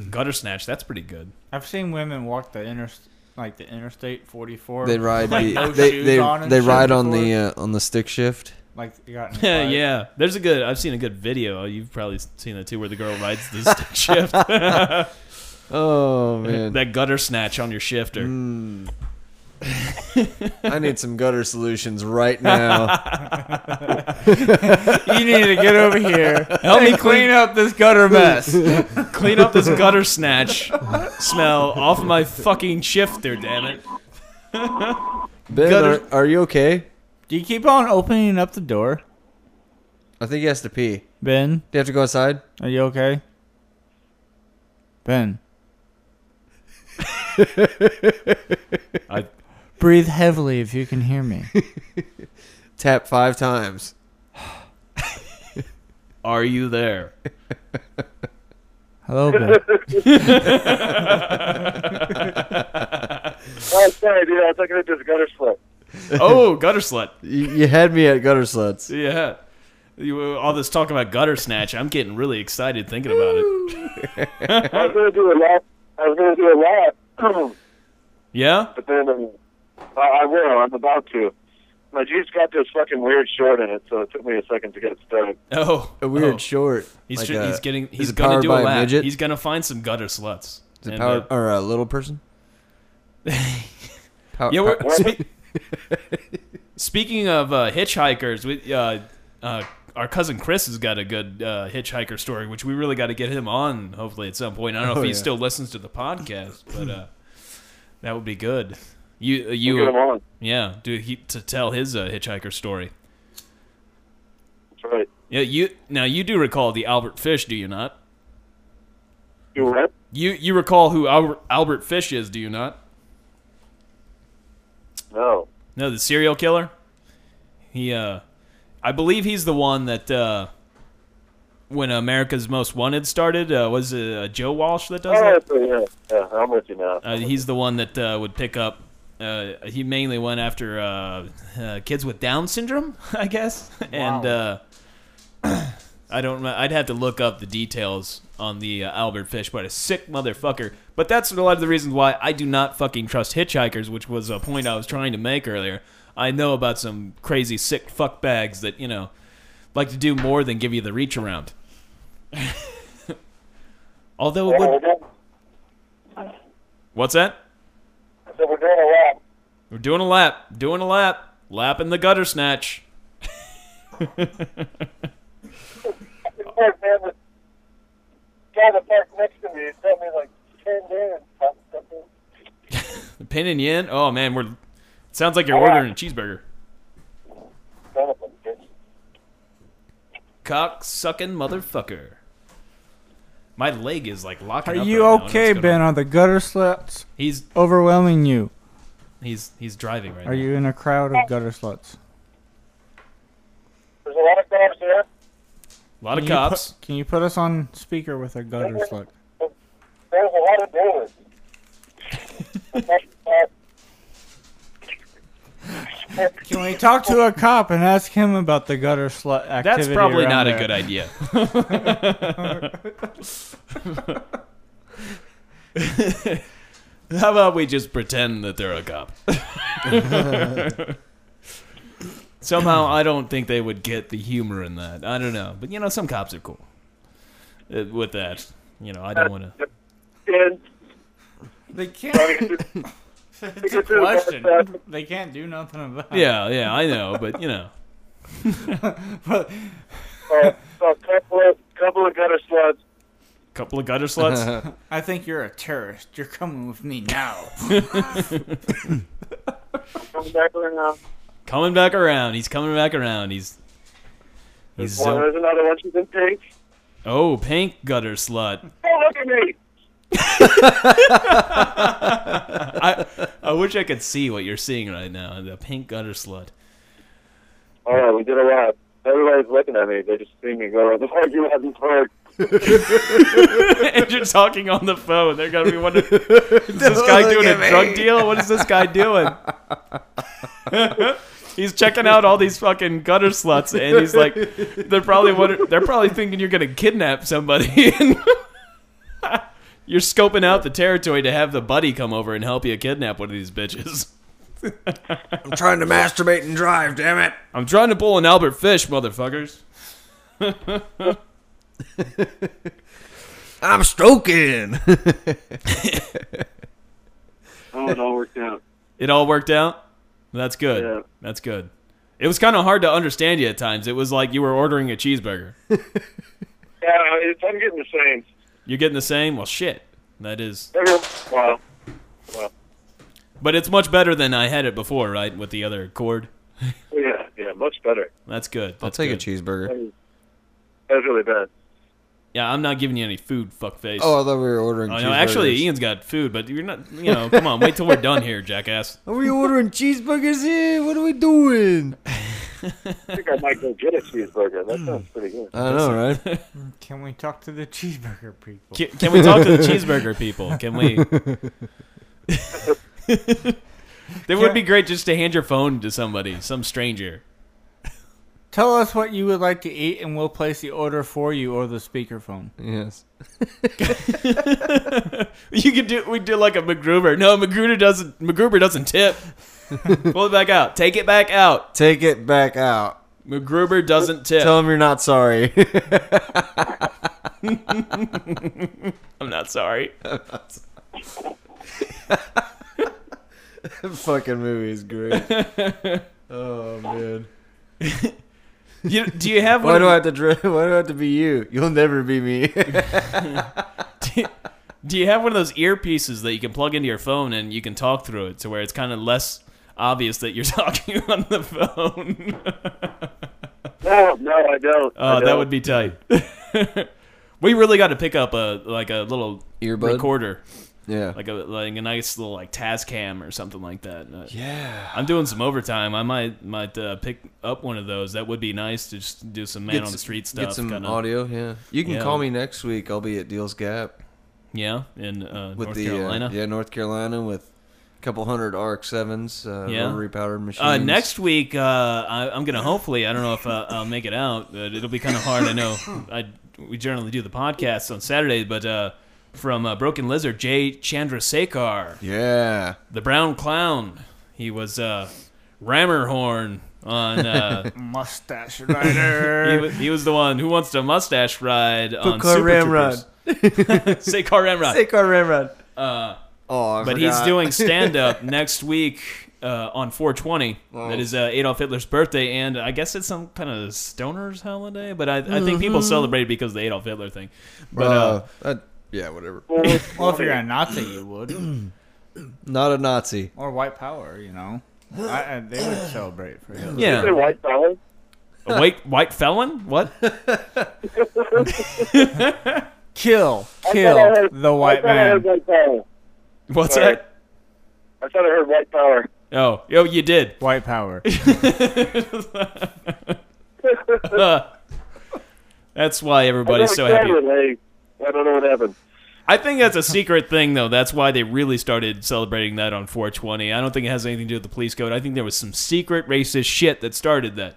Gutter snatch. That's pretty good. [laughs]
I've seen women walk the inter, like the interstate 44.
They
[laughs]
ride the,
no
they
shoes
they,
on and
they
shit
ride on
before.
the uh, on the stick shift.
like they got in a
Yeah, [laughs]
fight.
yeah. There's a good. I've seen a good video. You've probably seen that too, where the girl rides the [laughs] stick shift.
Oh man.
that gutter snatch on your shifter.
Mm. [laughs] I need some gutter solutions right
[laughs]
now.
You need to get over here.
[laughs] Help me clean
Clean up this gutter mess.
clean up this gutter snatch smell off my fucking shifter, damn it.
Ben,
Gutter-
are, are you okay?
Do you keep on opening up the door,
I think he has to pee. Do
Ben?
you have to go outside?
Are you okay, Ben?
I-
breathe heavily if you can hear me.
Tap five times.
Are you there?
Hello, Ben.
Oh, sorry, dude. I was looking at this gutter slip.
Oh, gutter slut.
You, you had me at
[laughs]
gutter sluts.
Yeah. You, uh, all this talk about gutter snatch, I'm getting really excited thinking about it.
I was gonna do a lot. I was gonna do a lot, [clears throat]
Yeah?
but then um, I, I will. I'm about to. My Jeep's got this fucking weird short in it, so it took me a second to get it started.
Oh.
A weird
oh.
short.
He's,
like
ju-
a-
he's getting
is
he's
it
gonna
powered
do
by
a lap.
midget?
He's gonna find some gutter sluts.
Is it
And,
powered,
uh,
or a
[laughs]
little person? Pow-
yeah,
pow-
[laughs] we're, spe- Uh, [laughs] speaking of uh, hitchhikers, we, uh, uh, our cousin Chris has got a good uh, hitchhiker story, which we really got to get him on hopefully at some point. I don't know if
Oh,
he
yeah.
still listens to the podcast, but uh, that would be good. You, uh,
You get
you,
him on.
yeah, do he to tell his uh, hitchhiker story.
That's right.
Yeah, you now you do recall the Albert Fish, do you not?
You what?
You you recall who Albert, Albert Fish is, do you not?
No.
No, the serial killer. He, uh, I believe he's the one that uh, when America's Most Wanted started uh, was uh, Joe Walsh that does
Oh,
that.
that's right, yeah, yeah. I'm with you now.
Uh, he's the one that uh, would pick up. Uh, he mainly went after uh, uh, kids with Down syndrome, [laughs] I guess. And uh, I don't. know- I'd have to look up the details on the uh, Albert Fish, but a sick motherfucker. But that's a lot of the reasons why I do not fucking trust hitchhikers, which was a point I was trying to make earlier. I know about some crazy sick fuck bags that you know like to do more than give you the reach around. [laughs] Although it would, what's that?
So we're doing a lap.
We're doing a lap, doing a lap, lap in the gutter snatch.
Of course, man, the guy that parked next to me sent me like 10 in and something.
Pin and yin. Oh man, we're. It sounds like you're ordering a cheeseburger.
Son of a bitch.
Cock sucking motherfucker. My leg is like
Are
locking up.
you
right now, and
okay,
it's gonna-
Ben? Are the gutter sluts
He's
overwhelming you?
he's he's driving right
Are
now.
you in a crowd of gutter sluts?
There's a lot of cops there.
A lot of
Can you put-
cops.
can you put us on speaker with a gutter slut?
There's a lot of doers.
Can we talk to a cop and ask him about the gutter slut activity?
That's probably
around
not a
there?
good idea. [laughs] How about we just pretend that they're a cop? [laughs] Somehow, I don't think they would get the humor in that. I don't know, but you know, some cops are cool uh, with that. You know, I don't want
[laughs]
to.
And
They can't. [laughs]
it's
a question. They can't do nothing about. it.
Yeah, yeah, I know, but you know,
But
A couple of, couple of gutter sluts.
couple of gutter
[laughs]
[laughs]
sluts.
I think you're a terrorist. You're coming with me
[laughs]
now.
Come back around.
coming back around. He's coming back around. He's he's
Well,
so,
there's another one. She's in pink.
oh pink gutter slut.
Oh, look at me.
[laughs] I I wish I could see what you're seeing right now. The pink gutter slut.
All right, we did a lap. Everybody's looking at me. They just see me go, the fuck you haven't heard.
[laughs] and you're talking on the phone. They're gonna be wondering, is this guy doing a drug deal? What is this guy doing? [laughs] he's checking out all these fucking gutter sluts, and he's like, they're probably wonder- they're probably thinking you're gonna kidnap somebody. [laughs] And you're scoping out the territory to have the buddy come over and help you kidnap one of these bitches.
I'm trying to masturbate and drive. Damn it!
I'm trying to pull an Albert Fish, motherfuckers.
I'm stroking.
Oh, it all worked out.
It all worked out. That's good.
Yeah.
That's good. It was kind of hard to understand you at times. It was like you were ordering a cheeseburger.
Yeah, it's, I'm getting the same.
You're getting the same? Well, shit. That is.
Every, well, well,
But it's much better than I had it before, right? With the other cord.
Oh, yeah, yeah, much better.
That's good.
I'll
That's
take
good. [laughs]
a cheeseburger.
That was really bad.
Yeah, I'm not giving you any food, fuckface.
Oh, I thought we were ordering.
Oh,
cheeseburgers.
no, actually, Ian's got food, but you're not, you know, come on, wait till we're done here, jackass.
are we ordering cheeseburgers here? What are
[laughs]
we doing?
I think I might go get a cheeseburger. That sounds pretty good.
I don't know,
[laughs]
right?
Can we talk to the cheeseburger people?
Can, can we talk to the cheeseburger people? Can we? [laughs] it would be great just to hand your phone to somebody, some stranger.
Tell us what you would like to eat, and we'll place the order for you or the speakerphone.
yes.
[laughs] You could do we do like a McGruber. No, McGruber doesn't. McGruber doesn't
[laughs]
tip. Pull it back out. Take it back out.
Take it back out.
McGruber doesn't tip.
Tell him you're not sorry. [laughs]
I'm not sorry.
fucking movie
[laughs]
is great. oh man.
You, do you have
Why
one?
do I have to dri- [laughs] Why do I have to be you? You'll never be me.
[laughs]
[laughs]
do, you have one of those earpieces that you can plug into your phone and you can talk through it to where it's kind of less obvious that you're [laughs] talking on the
[laughs]
phone?
Hmm. No, no, I don't.
Oh, that would be tight. [laughs] we really got to pick up a like a little
Earbud?
recorder,
yeah.
like a like a nice little like Tascam or something like that. Uh,
yeah.
I'm doing some overtime. I might might uh, pick up one of those. That would be nice to just do some man on the street stuff.
Get some
kinda.
audio. Yeah. You can
Yeah.
call me next week. I'll be at Deals Gap
Yeah, in uh,
with
North
the uh,
Carolina.
yeah North Carolina with a couple hundred RX sevens, uh,
Yeah.
rotary powered machines.
Uh, next week, uh, I, I'm gonna hopefully. I don't know if uh, I'll make it out. But it'll be kind of hard.
[laughs]
I know. I we generally do the podcast on Saturday, but uh, from uh, Broken Lizard, Jay Chandrasekhar,
Yeah.
the Brown Clown. He was uh, Rammerhorn
[laughs]
on. Uh, [laughs]
Mustache
he,
rider.
was, he was the one who wants to mustache ride on
Car
Super Troopers.
Ramrod.
Say Car Ramrod.
Say Car Ramrod.
Uh,
Oh, I
but he's
forgot.
doing stand up next week uh, on 420.
Wow.
That is uh, Adolf Hitler's birthday, and I guess it's some kind of stoner's holiday. But I, I think people celebrate it because of the Adolf Hitler thing. But uh,
Uh, that- yeah, whatever.
well, if you're a Nazi, you would,
Not a Nazi.
or white power, you know. I, I, they
[clears throat]
would celebrate for you.
Say
yeah,
white fellas.
a white white felon. What?
I
Kill,
thought I
kill
heard-
the
I
white
thought I heard
man.
white power.
What's
Sorry.
that?
I thought I heard white power.
Oh, oh, you did. [laughs]
White power.
That's why
I
everybody's so
never
happy.
said it, like, I don't know
[laughs]
what happened.
I think that's a secret thing, though. That's why they really started celebrating that on 420. I don't think it has anything to do with the police code. I think there was some secret racist shit that started that.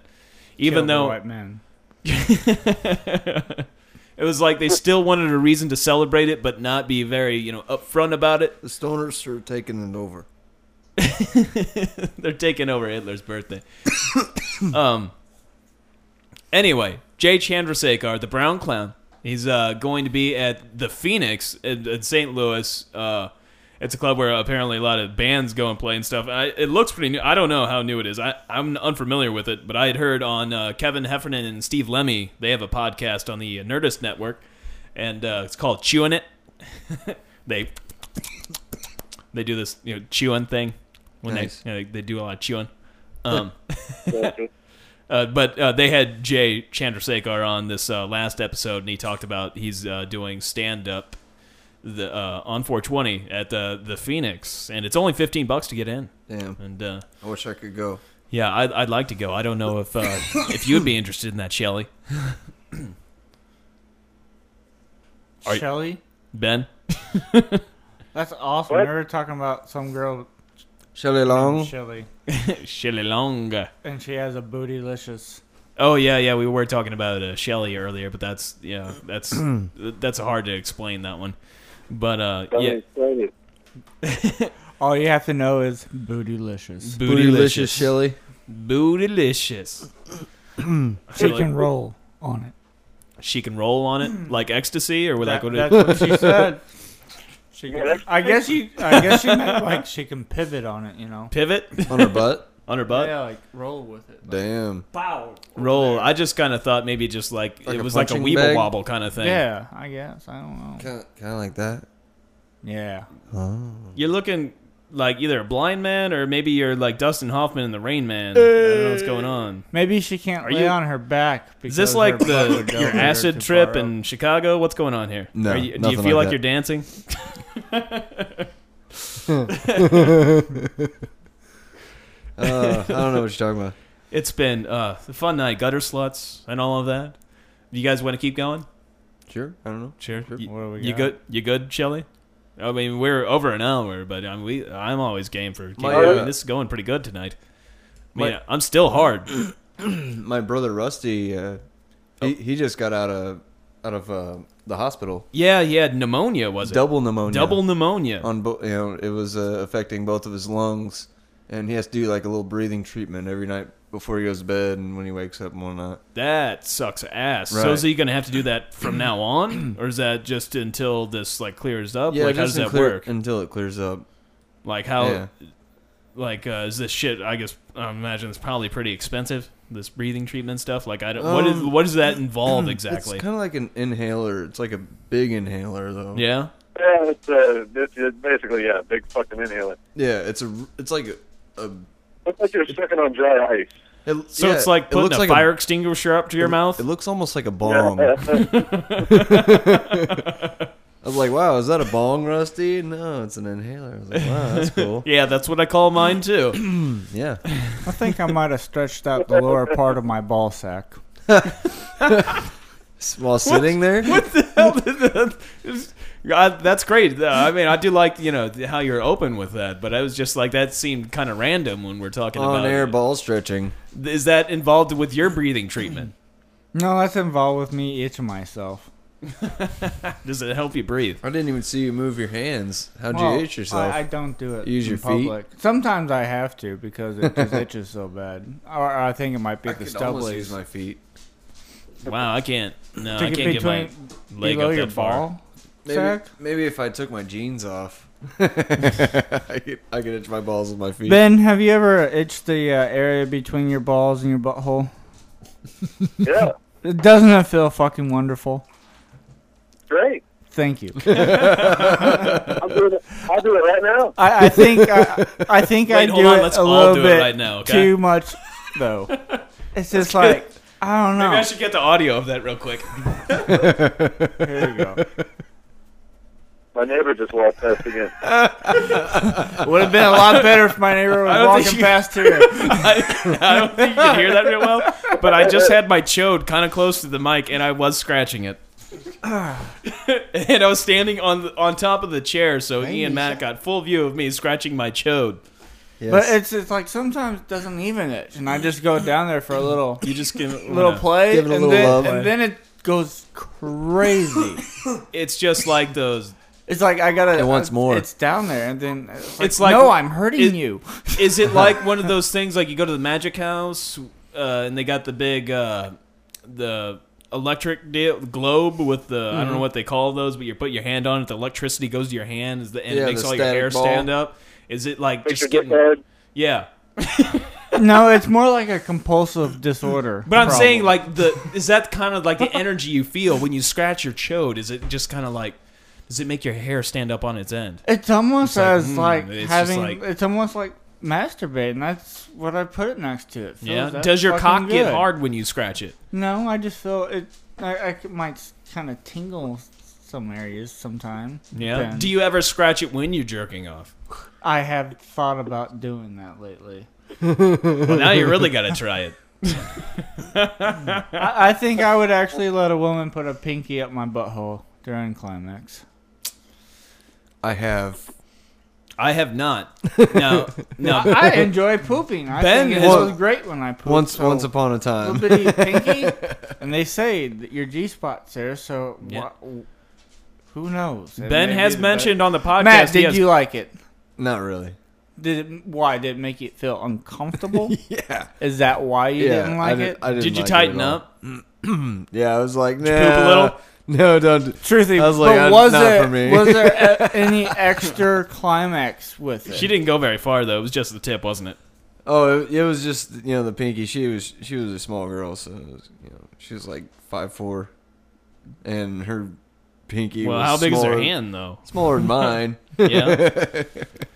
Kill
Even
the
though
white man.
it was like they still wanted a reason to celebrate it, but not be very, you know, upfront about it. [laughs]
The stoners are taking it over.
They're taking over Hitler's birthday. um. Anyway, Jay Chandrasekhar, the brown clown, he's uh, going to be at the Phoenix in, in St. Louis. Uh, it's a club where apparently a lot of bands go and play and stuff. I, it looks pretty new. I don't know how new it is. I, I'm unfamiliar with it, but I had heard on uh, Kevin Heffernan and Steve Lemmy, they have a podcast on the Nerdist Network, and uh, it's called Chewing It. [laughs] they they do this you know chewing thing when
Nice.
they you know, they do a lot of chewing. Um, uh, but uh, they had Jay Chandrasekhar on this uh, last episode, and he talked about he's uh, doing stand up the uh, on 420 at the the Phoenix, and it's only 15 bucks to get in.
Damn.
And uh,
I wish I could go.
yeah, I'd, I'd like to go. I don't know if
[laughs]
uh, if you'd be interested in that, Shelly. Are you-
Shelly,
Ben,
that's awesome.
What?
We were talking about some girl,
Shelley Long.
Shelly,
Shelly Long.
and she has a bootylicious.
Oh yeah, yeah. We were talking about uh, Shelly earlier, but that's yeah,
[clears throat]
that's that's hard to explain that one. But uh,
Don't
yeah,
explain it.
All you have to know is bootylicious.
Bootylicious Shelly.
bootylicious.
She
Mm-hmm. Shelly-
can roll on it.
she can roll on
[clears throat]
it like ecstasy, or like
That-
what?
that's
It,
what
[laughs]
she said. She
Yeah, that's-
I guess she.
[laughs]
I guess she meant like she can pivot on it. You know.
pivot
[laughs]
On her butt.
on her butt.
yeah, like roll with it.
[laughs] Damn.
Wow.
Roll. I just kind of thought maybe just like,
Like
it
a
was like a
punching
weeble
bag?
wobble kind of thing.
Yeah, I guess. I don't know.
Kind of like that.
Yeah.
You're looking like either a blind man or maybe you're like Dustin Hoffman in the Rain Man. I don't know what's going on.
Maybe she can't
Are
lay
you-
on her back. Because
Is this
her
like
butt
the
would go
your
over
acid
too
trip
far up.
in Chicago? What's going on here?
No,
Are you, do you
nothing
feel like,
like that.
you're dancing?
Uh, I don't know what you're talking about.
It's been uh, a fun night, gutter sluts and all of that. You guys want to keep going?
Sure. I don't know.
Sure. You,
What do we
you
got?
good? You good, Shelly? I mean, we're over an hour, but I'm, we, I'm always game for.
My,
I mean,
uh,
this is going pretty good tonight. I mean, uh,
My-
I'm still
[clears throat]
hard.
My brother Rusty, uh,
Oh.
he, he just got out of out of uh, the hospital.
Yeah, he had pneumonia, was it?
Double pneumonia.
Double pneumonia.
on bo- you know it was uh, affecting both of his lungs, and he has to do like a little breathing treatment every night before he goes to bed and when he wakes up and whatnot.
That sucks ass. So
Right.
is he going to have to do that from
[clears throat]
now on, or is that just until this like clears up?
Yeah,
like how does
just
that
unclear-
work? Oh,
until it clears up?
Like how?
Yeah.
Like uh, is this shit? I guess I imagine it's probably pretty expensive. This breathing treatment stuff. Like I don't. what is
Um,
what does that involve exactly?
[clears throat] It's kind of like an inhaler. It's like a big inhaler though.
yeah.
Yeah, it's, uh, it's, it's basically, yeah, big fucking inhaler.
Yeah, it's a r- it's like a. a
Looks like you're sucking on dry ice. [laughs]
it,
So
yeah,
it's like
it
putting
looks
a
like
fire extinguisher up to your
it-
mouth.
It looks almost like a [laughs] bong.
Yeah.
I was like, "Wow, is that a bong, Rusty?" No, it's an inhaler. I was like, "Wow, that's cool."
[laughs] yeah, that's what I call mine too.
[clears throat] yeah.
I
[laughs]
think I might have stretched out the lower part of my ball sack.
S- While sitting there,
God, that's great. Uh, I mean, I do like you know how you're open with that, but I was just like that seemed kind of random when we're talking
on
about
Oh, air
it.
ball stretching.
Is that involved with your breathing treatment?
No, that's involved with me itching myself.
Does it help you breathe?
I didn't even see you move your hands. How'd
Well,
you itch yourself?
I, I don't do it.
Use
in
your feet?
public. Sometimes I have to because
[laughs]
it just itches so bad. Or I think it might be
I
the
could
stubble.
almost use my feet.
Wow, I can't. No, I can't get my leg
below
up
your
that far.
ball.
Maybe,
sack?
maybe if I took my jeans off, [laughs] I, could, I could itch my balls with my feet.
Ben, have you ever itched the uh, area between your balls and your butthole?
[laughs] Yeah,
Doesn't that feel fucking wonderful?
great.
Thank you.
I'll do it. I'll do it right now.
I, I think I,
[laughs]
I think I
Wait,
do
hold on,
it
let's
a
all
little
do it
bit
right now, okay?
too much,
[laughs]
though. It's just like I don't know.
Maybe I should get the audio of that real quick.
[laughs]
Here we go.
My neighbor just walked past again.
Would have been a lot better if
[laughs]
my neighbor was
I don't think
walking
you- [laughs]
past here.
I, I don't think you can hear that real well, but I just had my chode kind of close to the mic, and I was scratching it. [laughs] and I was standing on the, on top of the chair, so Ian Matt got full view of me scratching my chode.
But
Yes.
it's it's like sometimes it doesn't even itch, and I just go down there for a little
You just give it
little play,
Give it a
and
little
then
love.
and then it goes
[laughs]
crazy.
It's just like those.
it's like I gotta. uh,
It wants more.
It's down there, and then it's like,
It's like-
no, I'm hurting
it- [laughs]
you.
Is it like one of those things like you go to the Magic House uh, and they got the big uh, the electric deal, globe with the I don't know what they call those, but you put your hand on it, the electricity goes to your hand, is the, and
Yeah,
it makes
the
all your hair
static ball.
stand up. Is it like [laughs]
Make
just
sure
getting
your card.
yeah?
No, it's more like a compulsive disorder.
But I'm
problem.
saying like the is that kind of like the energy you feel when you scratch your chode? Is it just kind of like does it make your hair stand up on its end?
it's almost
like,
as
mm,
like
it's just
having.
like-
it's almost like masturbating. That's what I put it next to. It feels
Yeah.
that
Does your
Oh, fucking
cock get
good.
hard when you scratch it?
No, I just feel it. I, I c- might kind of tingle some areas sometime.
Yeah.
Depends.
Do you ever scratch it when you're jerking off?
I have thought about doing that
[laughs]
lately.
Well, now you really got to try it.
I, I think I would actually let a woman put a pinky up my butthole during climax.
I have.
I have
[laughs]
not. No, no.
I enjoy pooping. I
Ben
think it
has-
was great when I poop.
Once
so
once upon a
a
time.
little bitty pinky, [laughs] and they say that your G spot's there. So
Yeah.
wha- who knows? It
ben
may be
has
the
mentioned on the
best.
podcast.
Matt,
he
did
has-
you like it?
Not really.
Did it, why did it make you feel uncomfortable?
[laughs] Yeah.
Is that why you
yeah.
didn't
I
like
did,
it?
I didn't
Did you
like it at
tighten
all.
up?
Yeah, I was like, nah. [laughs]
you poop a little?
No, don't.
Truthfully,
I was like,
but
uh,
was
not
there
for me.
was there a, any extra climax with it?
She didn't go very far though. It was just the tip, wasn't it?
Oh, it, it was just you know the pinky. She was she was a small girl, so it was, you know she was like five four, and her pinky.
well,
was
how big is
smaller,
her hand
[laughs]
though? [laughs]
Smaller than mine.
Yeah.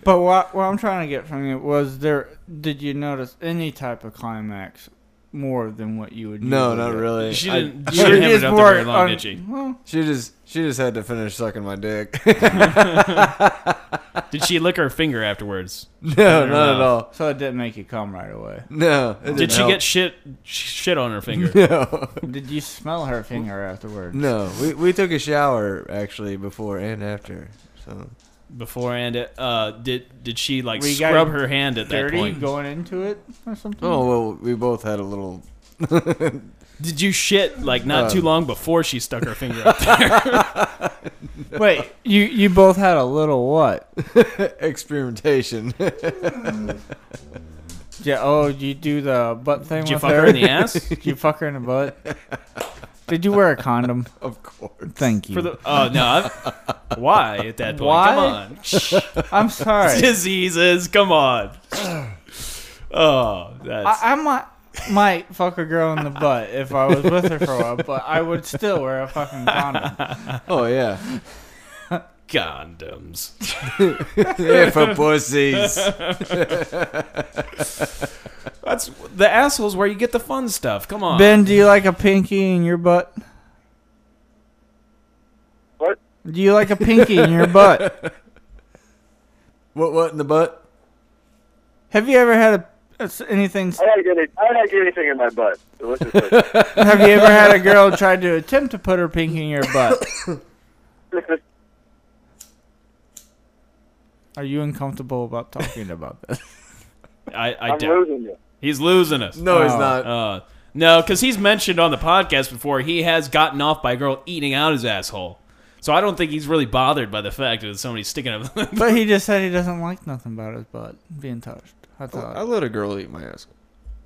But what what I'm trying to get from you was there? Did you notice any type of climax more than what you would?
no,
usually
not
do?
really.
She
I-
didn't.
You
she didn't have
just
it up there
wore
very long,
on-
did she?
Well,
[laughs] she just she just had to finish sucking my dick. [laughs]
Did she lick her finger afterwards?
no, not
enough.
at all.
so it didn't make you come right away.
No. it didn't
Did she
help.
get shit shit on her finger?
[laughs] No.
Did you smell her finger afterwards?
No, we we took a shower actually before and after. So
before and uh did did she like
Were you guys
scrub her hand at that
Dirty
point
going into it or something. [laughs]
oh well, we both had a little. [laughs]
did you shit like not
Uh,
too long before she stuck her finger up there
wait, you you both had a little what?
experimentation. [laughs]
Yeah. Oh, did you do the butt thing?
did you
with
fuck her in the ass
[laughs] Did you fuck her in the butt? Did you wear a condom?
of course.
Thank you.
for the oh no
[laughs]
I've- why at that point
Why?
come on
I'm
[laughs]
sorry.
diseases come
[clears throat]
on oh that's
I, I might might fuck a girl in the butt if I was with her for a while, but I would still wear a
[laughs]
fucking condom.
Oh yeah,
condoms
yeah for pussies.
that's the assholes where you get the fun stuff come on
Ben, do you like a pinky in your butt?
What?
Do you like a pinky in your butt?
What what in the butt?
Have you ever had a s- anything?
I like any, I like anything in my butt. So let's just say-
[laughs]
Have you ever had a girl try to attempt to put her pinky in your butt? Are you uncomfortable about
[laughs]
talking about this?
I, I
I'm
doubt-
losing you.
he's losing us
No, he's
Oh.
not.
uh No, because he's mentioned on the podcast before he has gotten off by a girl eating out his asshole. So I don't think he's really bothered by the fact that somebody's sticking up. [laughs]
But he just said he doesn't like nothing about his butt being touched. I thought.
I let a girl eat my asshole.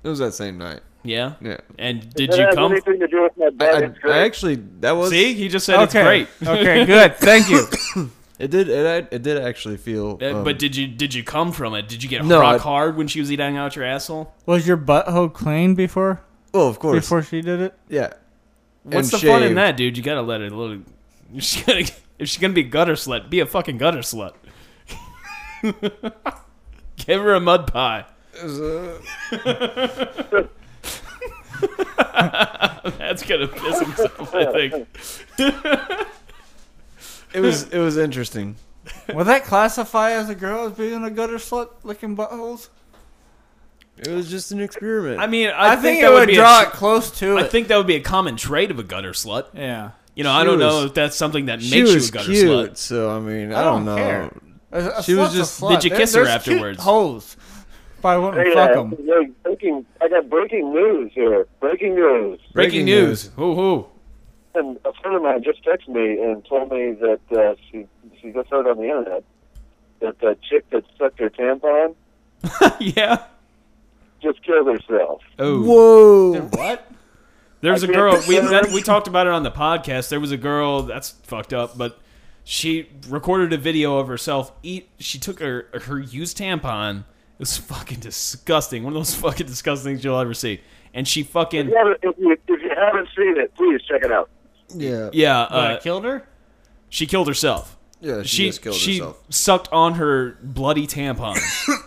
It was that same night.
yeah.
Yeah.
And did
That
you
has
come?
anything to do with my butt.
I, I,
it's
I
great.
actually that was
See, he just said it's
okay.
great. [laughs]
okay. Good. Thank you.
it did it, it did actually feel
Uh,
um,
but did you did you come from it? Did you get
No,
rock
I-
hard when she was eating out your asshole?
Was your butthole clean before
well of course
before she did it?
yeah
What's the
And
fun in
shaved.
that, dude? You gotta let her. Little, [laughs] if she's gonna if she's gonna be a gutter slut, be a fucking gutter slut. [laughs] Give her a mud pie.
It was, uh,
[laughs] That's gonna piss himself. I think.
it was it was interesting
Would that classify as a girl as being a gutter slut licking buttholes?
it was just an experiment
I mean,
I,
I,
think,
think,
it
that
would,
would be
draw
a,
it close to
I
it.
think that would be a common trait of a gutter slut.
yeah.
You know, I
She
don't know
was-
if that's something that
she
makes you
was
a gutter
cute
slut.
so I mean I,
I
don't,
don't
know
care. A- a
She was
slut's a
just-
slut.
Did you kiss her
there's cute
afterwards?
Holes. But I wouldn't
Hey,
fuck
uh,
'em.
like, breaking, I got breaking news here. Breaking news.
Breaking
Breaking
news. Hoo [laughs] hoo.
And a friend of mine just texted me and told me that uh, she she just heard on the internet that the chick that sucked her tampon
yeah.
just killed herself.
Oh.
whoa
What?
There's a
I can't
girl. We
remember.
that, we talked about it on the podcast. There was a girl that's fucked up, but she recorded a video of herself eat. She took her her used tampon. It was fucking disgusting. One of those [laughs] fucking disgusting things you'll ever see. And she fucking
If you haven't- if you, if you haven't seen it, please check it out.
yeah
yeah.
I
Uh,
killed her?
she killed herself.
yeah she,
She
just killed
she
herself
sucked on her bloody
[laughs]
tampon.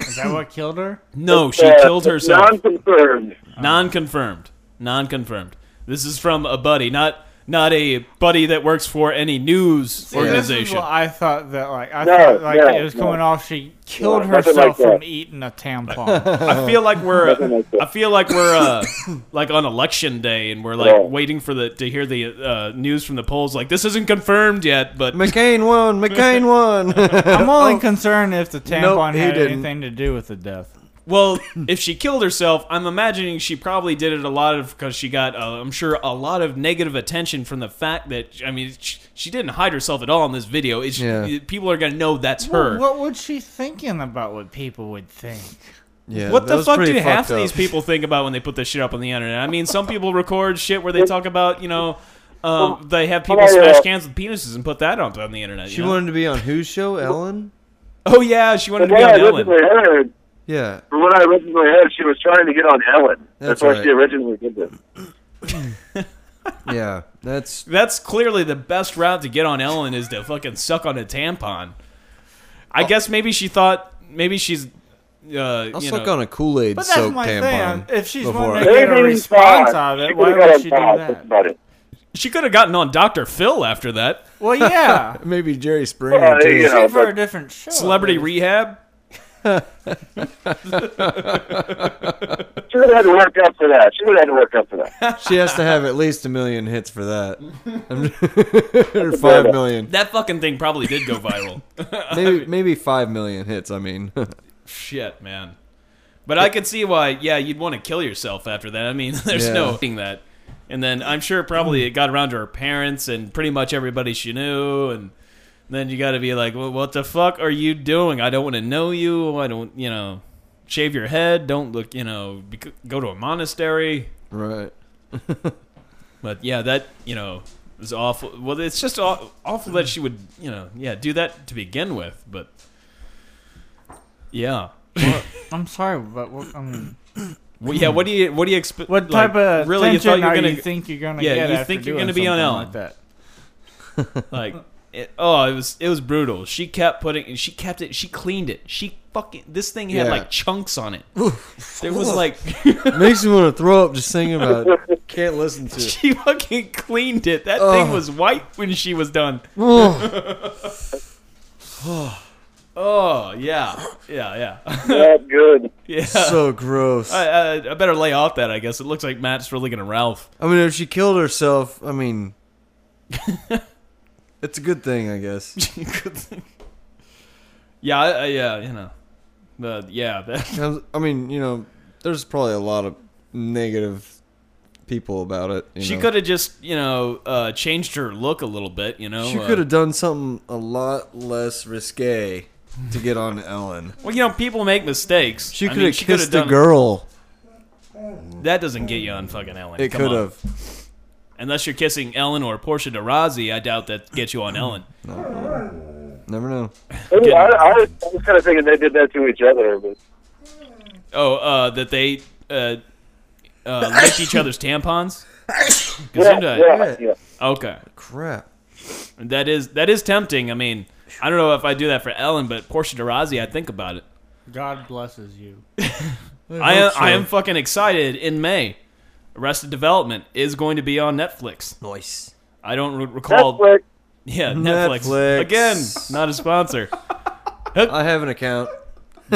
Is that what
[laughs]
killed her?
No, she
Uh,
killed herself.
Non-confirmed.
Non-confirmed. Non-confirmed. This is from a buddy, not not a buddy that works for any news
This is
organization.
what I thought that like I
No,
thought like
no,
it was
no.
coming off. She killed
nothing like
herself
that.
from eating a
[laughs]
tampon.
I feel like we're
Nothing like that.
I feel like we're uh, like on election day and we're like
Yeah.
waiting for the to hear the uh, news from the polls like this isn't confirmed yet, but
McCain won [laughs] McCain won
I'm only concerned if the tampon
Oh. Nope, he
had
didn't.
anything to do with the death.
well, if she killed herself, I'm imagining she probably did it a lot of because she got uh, I'm sure a lot of negative attention from the fact that I mean she, she didn't hide herself at all in this video. It's,
Yeah.
people are going to know that's her.
Well, what was she thinking about? What people would think?
[laughs] yeah
What
that
the
was
fuck
pretty
do half
fucked
of
up.
these people think about when they put this shit up on the internet? I mean,
[laughs]
some people record shit where they talk about, you know, um, they have people
about,
smash
uh,
cans with penises and put that up on the internet. you
she
know?
wanted to be on whose show Ellen
oh yeah, she wanted to
From
be
what I
on Ellen.
originally heard,
yeah
from what I originally heard, she was trying to get on Ellen.
That's
That's, why
right.
she originally did this.
yeah that's
That's clearly the best route to get on Ellen is to fucking suck on a tampon. I guess maybe she thought maybe she's. Uh,
Oh. I'll
you
suck
know,
on a Kool Aid
But that's
soaked
my
tampon
thing. If she's
before
wanting
I-
to get a
Everything's
response
fine.
out of
She
it,
could've
why
got
would
on
she do
top. That's
that?
about it.
she could have gotten on Dr. Phil after that.
Well, yeah,
maybe Jerry Springer
Well,
too.
you know,
shoot for
but-
a different
Oh,
show.
Celebrity rehab.
She would have had to work up for that. She would have had to work up for
[laughs]
that.
She has to have at least a million hits for that. [laughs] or five million.
That fucking thing probably did go
[laughs]
viral.
Maybe maybe five million hits, I mean. [laughs]
Shit, man. But I could see why, yeah, you'd want to kill yourself after that. I mean, [laughs] there's
Yeah.
no thing that. And then I'm sure probably it got around to her parents and pretty much everybody she knew. And then you got to be like, well, what the fuck are you doing? I don't want to know you. I don't, you know, shave your head. Don't look, you know, bec- go to a monastery.
right.
But yeah, that, you know, is awful. Well, it's just aw- awful that she would, you know, yeah, do that to begin with. But yeah.
I'm sorry, but what, I mean,
Well, yeah, what do you what do you expect?
what
like,
type of
really? You
attention
thought you were
are
gonna
you think you're gonna
Yeah,
get?
you
after
think you're
doing
gonna be on
something
Ellen.
like that?
like? It, oh, it was it was brutal. She kept putting, she kept it, she cleaned it. She fucking this thing had
Yeah.
like chunks on it. there was like [laughs]
Makes me want to throw up just thinking about it. Can't listen to it.
she fucking cleaned it. That thing
Ugh.
was white when she was done.
Oh, [laughs]
Oh yeah, yeah, yeah,
Not good.
yeah.
[laughs] so gross.
I,
I
I, I better lay off that. I guess it looks like Matt's really gonna Ralph. [laughs]
mean if she killed herself, I mean [laughs] It's a good thing, I guess.
yeah, I, I, yeah, you know, but yeah, that,
I mean, you know, there's probably a lot of negative people about it. you
She
know.
could have just, you know, uh, changed her look a little bit, you know.
She
uh,
could have done something a lot less risque to get on Ellen.
Well, you know, people make mistakes.
She
I
could
mean,
have
she
kissed
could've done-
a girl.
That doesn't get you on fucking Ellen.
It
Come on.
could have.
Unless you're kissing Ellen or Portia de Rossi, I doubt that gets you on Ellen.
Never know.
Maybe I, I, was, I was kind of thinking they did that to each other, but
Oh, uh, that they uh,
[laughs]
uh, licked each other's
[coughs]
tampons. Gesundheit.
yeah, yeah.
Okay,
Crap.
that is that is tempting. I mean, I don't know if I do that for Ellen, but Portia de Rossi, I think about it.
God blesses you.
I am, I am fucking excited. In May, Arrested Development is going to be on Netflix.
Nice.
I don't re- recall.
That's what
Yeah, Netflix.
Netflix.
again. Not a sponsor.
I have an account.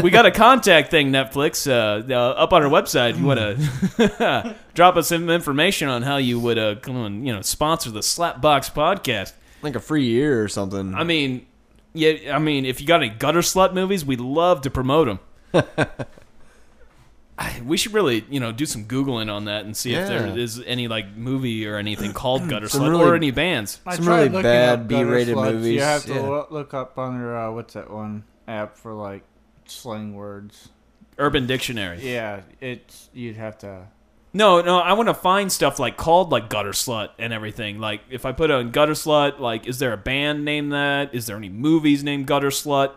we got a contact thing, Netflix, uh, uh, up on our website. You want to [laughs] drop us some information on how you would, uh, come on, you know, sponsor the Slapbox podcast.
Like a free year or something.
I mean, yeah, I mean, if you got any gutter slut movies, we'd love to promote
[laughs]
them. we should really, you know, do some googling on that and see if there
Yeah.
is any like movie or anything
[clears throat]
called gutter
Some
slut
really-
or any bands.
I
Some
tried
really
looking
bad
up gutter
B-rated
sluts. You
movies,
have to
yeah.
lo- look up under uh, what's that one app for like slang words.
Urban Dictionary.
Yeah, it's you'd have to.
No, no, I want to find stuff like called like gutter slut and everything. Like if I put on gutter slut, like is there a band named that? Is there any movies named gutter slut?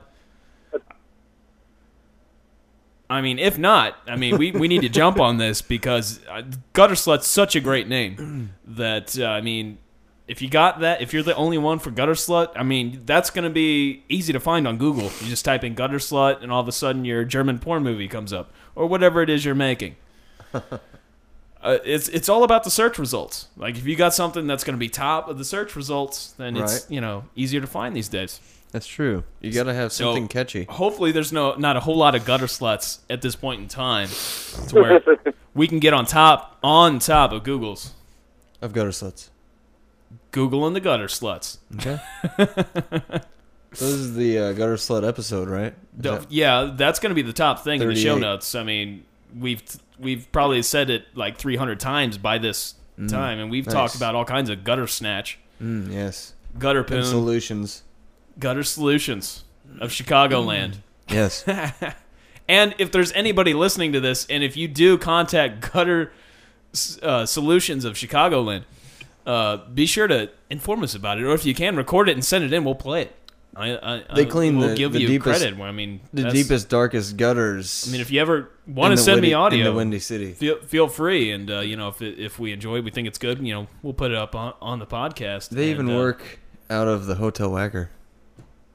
I mean, if not, I mean, we, we need to jump on this because uh, gutter slut's such a great name [clears throat] that uh, I mean, if you got that, if you're the only one for gutter slut, I mean, that's gonna be easy to find on Google. You just type in gutter slut, and all of a sudden your German porn movie comes up or whatever it is you're making uh, it's it's all about the search results. Like if you got something that's going to be top of the search results, then it's
Right.
you know easier to find these days.
That's true. You gotta have
So-
something catchy.
Hopefully, there's no not a whole lot of gutter sluts at this point in time, to where we can get on top on top of Google's
I've gutter sluts.
Google and the gutter sluts. [laughs]
Okay. this is the uh, gutter slut episode, right? Is
The-
that-
yeah, that's going to be the top thing in the show
38.
notes. I mean, we've we've probably said it like 300 times by this time, and we've talked
nice.
about all kinds of gutter snatch,
Mm, yes.
gutter
And
poon,
solutions.
gutter solutions of Chicagoland. [laughs]
Yes.
And if there's anybody listening to this, and if you do contact Gutter uh, Solutions of Chicagoland, uh, be sure to inform us about it. Or if you can, record it and send it in. We'll play it. I, I, I-
They clean
we'll
the-
give
the
you
deepest-
credit. I mean,
the
that's-
deepest, darkest gutters.
I mean, if you ever want to send me
in the
audio,
Windy City.
feel, feel free. And uh, you know, if it, if we enjoy, it, we think it's good. You know, we'll put it up on, on the podcast.
They even
And, uh,
work out of the Hotel Wacker.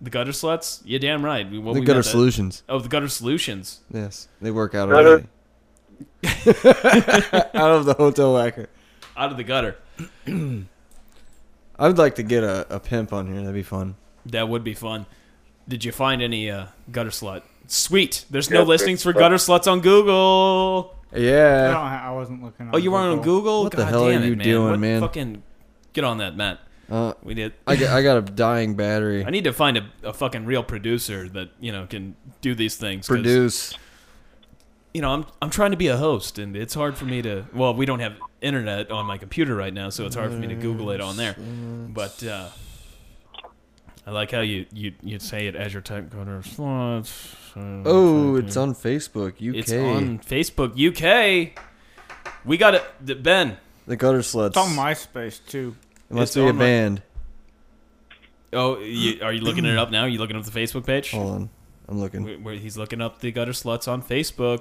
the gutter sluts. Yeah, damn right. We- well,
the
we
Gutter
met that-
Solutions.
Oh, the gutter solutions.
Yes, they work out
Gutter-
of the [laughs] out of the Hotel Wacker.
Out of the gutter.
I would like to get a, a pimp on here. That'd be fun.
That would be fun. Did you find any uh, gutter slut? Sweet. There's no
Gutter
listings for
slut.
gutter sluts on Google.
I,
Yeah.
don't, ha- I wasn't looking.
Oh, you weren't on Google?
What the
God
hell
damn
are
it,
you
man.
doing,
What
man?
Fucking get on that, Matt.
Uh,
We did.
I, got, I got a dying battery.
I need to find a, a fucking real producer that you know can do these things. 'cause,
Produce.
You know, I'm I'm trying to be a host, and it's hard for me to. Well, we don't have internet on my computer right now, so it's hard for me to Google it on there. But uh, I like how you you you say it as your type gutter sluts. uh,
Oh,
fucking-
it's on Facebook, UK.
It's on Facebook UK. We got it, the- Ben.
the Gutter Sluts.
It's on MySpace too.
it must
it's
be a
on my-
band.
Oh, [clears throat] you, are you looking it up now? Are you looking up the Facebook page?
Hold on, I'm looking.
Where, where he's looking up the gutter sluts on Facebook.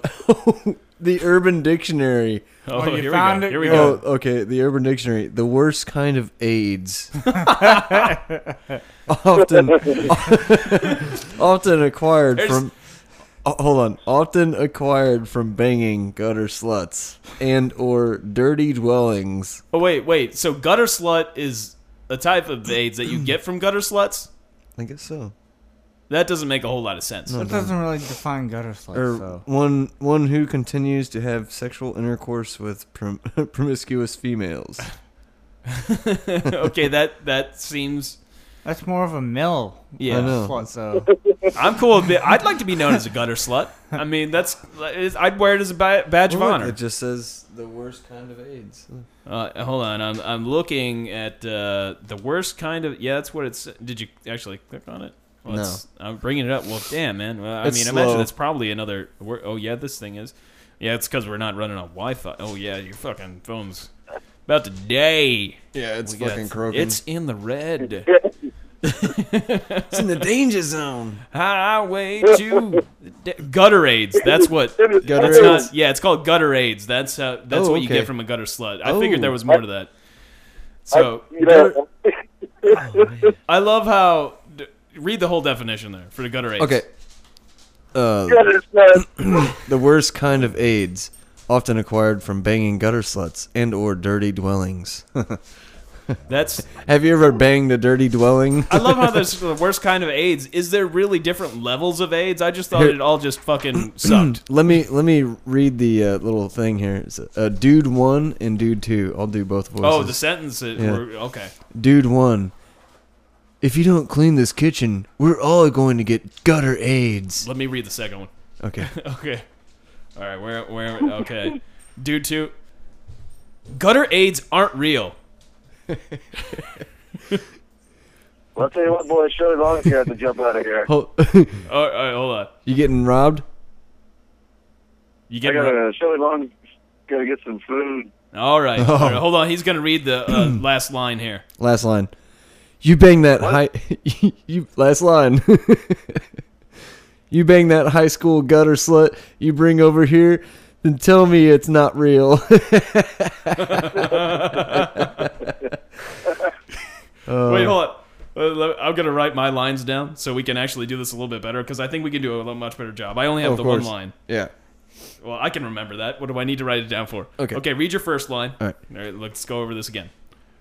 The Urban Dictionary.
[laughs] Oh,
Oh, you
here we
found
go.
it?
Here we
Oh,
go.
okay. The Urban Dictionary. The worst kind of AIDS. [laughs] often, often acquired
There's-
from. Oh, hold on. Often acquired from banging gutter sluts and or dirty dwellings.
Oh wait, wait. So gutter slut is a type of AIDS that you get from gutter sluts.
I guess so.
That doesn't make a whole lot of sense. [laughs]
That doesn't really define gutter sluts
Or
though.
one one who continues to have sexual intercourse with prom- [laughs] promiscuous females.
okay, that that seems
That's more of a mill.
Yeah. I know. [laughs]
Slut, so.
I'm cool with it. I'd like to be known as a gutter slut. I mean, that's it's- I'd wear it as a ba- badge of
Look,
honor.
It just says the worst kind of AIDS.
Uh, hold on, I'm I'm looking at uh, the worst kind of yeah. That's what it's. Did you actually click on it? Well,
No.
it's- I'm bringing it up. Well, damn man. Well, I
It's
mean, I imagine
slow.
that's probably another. wor- Oh yeah, this thing is. Yeah, it's because we're not running on Wi-Fi. Oh yeah, your fucking phone's about to die.
Yeah, it's
We got- It's in the red
it's in the danger zone.
highway to d- gutter aids. That's what.
Gutter
that's not-
aids.
yeah, it's called gutter aids. That's how. That's
Oh,
what you
okay.
get from a gutter slut. I
Oh.
figured there was more to that. So
you know,
I love how. d- Read the whole definition there for the gutter aids.
Okay. Uh,
it's not-
the worst kind of AIDS, often acquired from banging gutter sluts and or dirty dwellings. [laughs]
that's.
Have you ever banged a dirty dwelling? [laughs]
I love how there's the worst kind of AIDS. Is there really different levels of AIDS? I just thought it all just fucking [clears throat]
[clears throat]
sucked.
let me let me read the uh, little thing here. It's, uh, dude one and dude two. I'll do both voices.
Oh, the sentence. It,
Yeah.
were- okay.
dude one. If you don't clean this kitchen, we're all going to get gutter AIDS.
Let me read the second one. [laughs]
Okay.
Okay. All right. Where? Where? Okay. Dude, two. Gutter AIDS aren't real.
Well, I'll tell you what, boy, Shirley Long here has to jump out of here.
Hold, [laughs]
Oh, all right, hold on.
you getting robbed?
You
I
get
got to Shirley Long. Got to get some food.
all
[laughs]
right.
Oh.
All right. Hold on. He's gonna read the
[clears throat]
uh, last line here.
Last line. You bang that high. [laughs] you last line. [laughs] you bang that high school gutter slut. You bring over here. Then tell me it's not real. [laughs]
Wait, hold on. Uh, le- I'm gonna write my lines down so we can actually do this a little bit better because I think we can do a lo- much better job. I only have
Oh, Of
the
course.
one line.
yeah.
Well, I can remember that. What do I need to write it down for?
Okay.
Okay. Read your first line.
All right.
All right. Let's go over this again.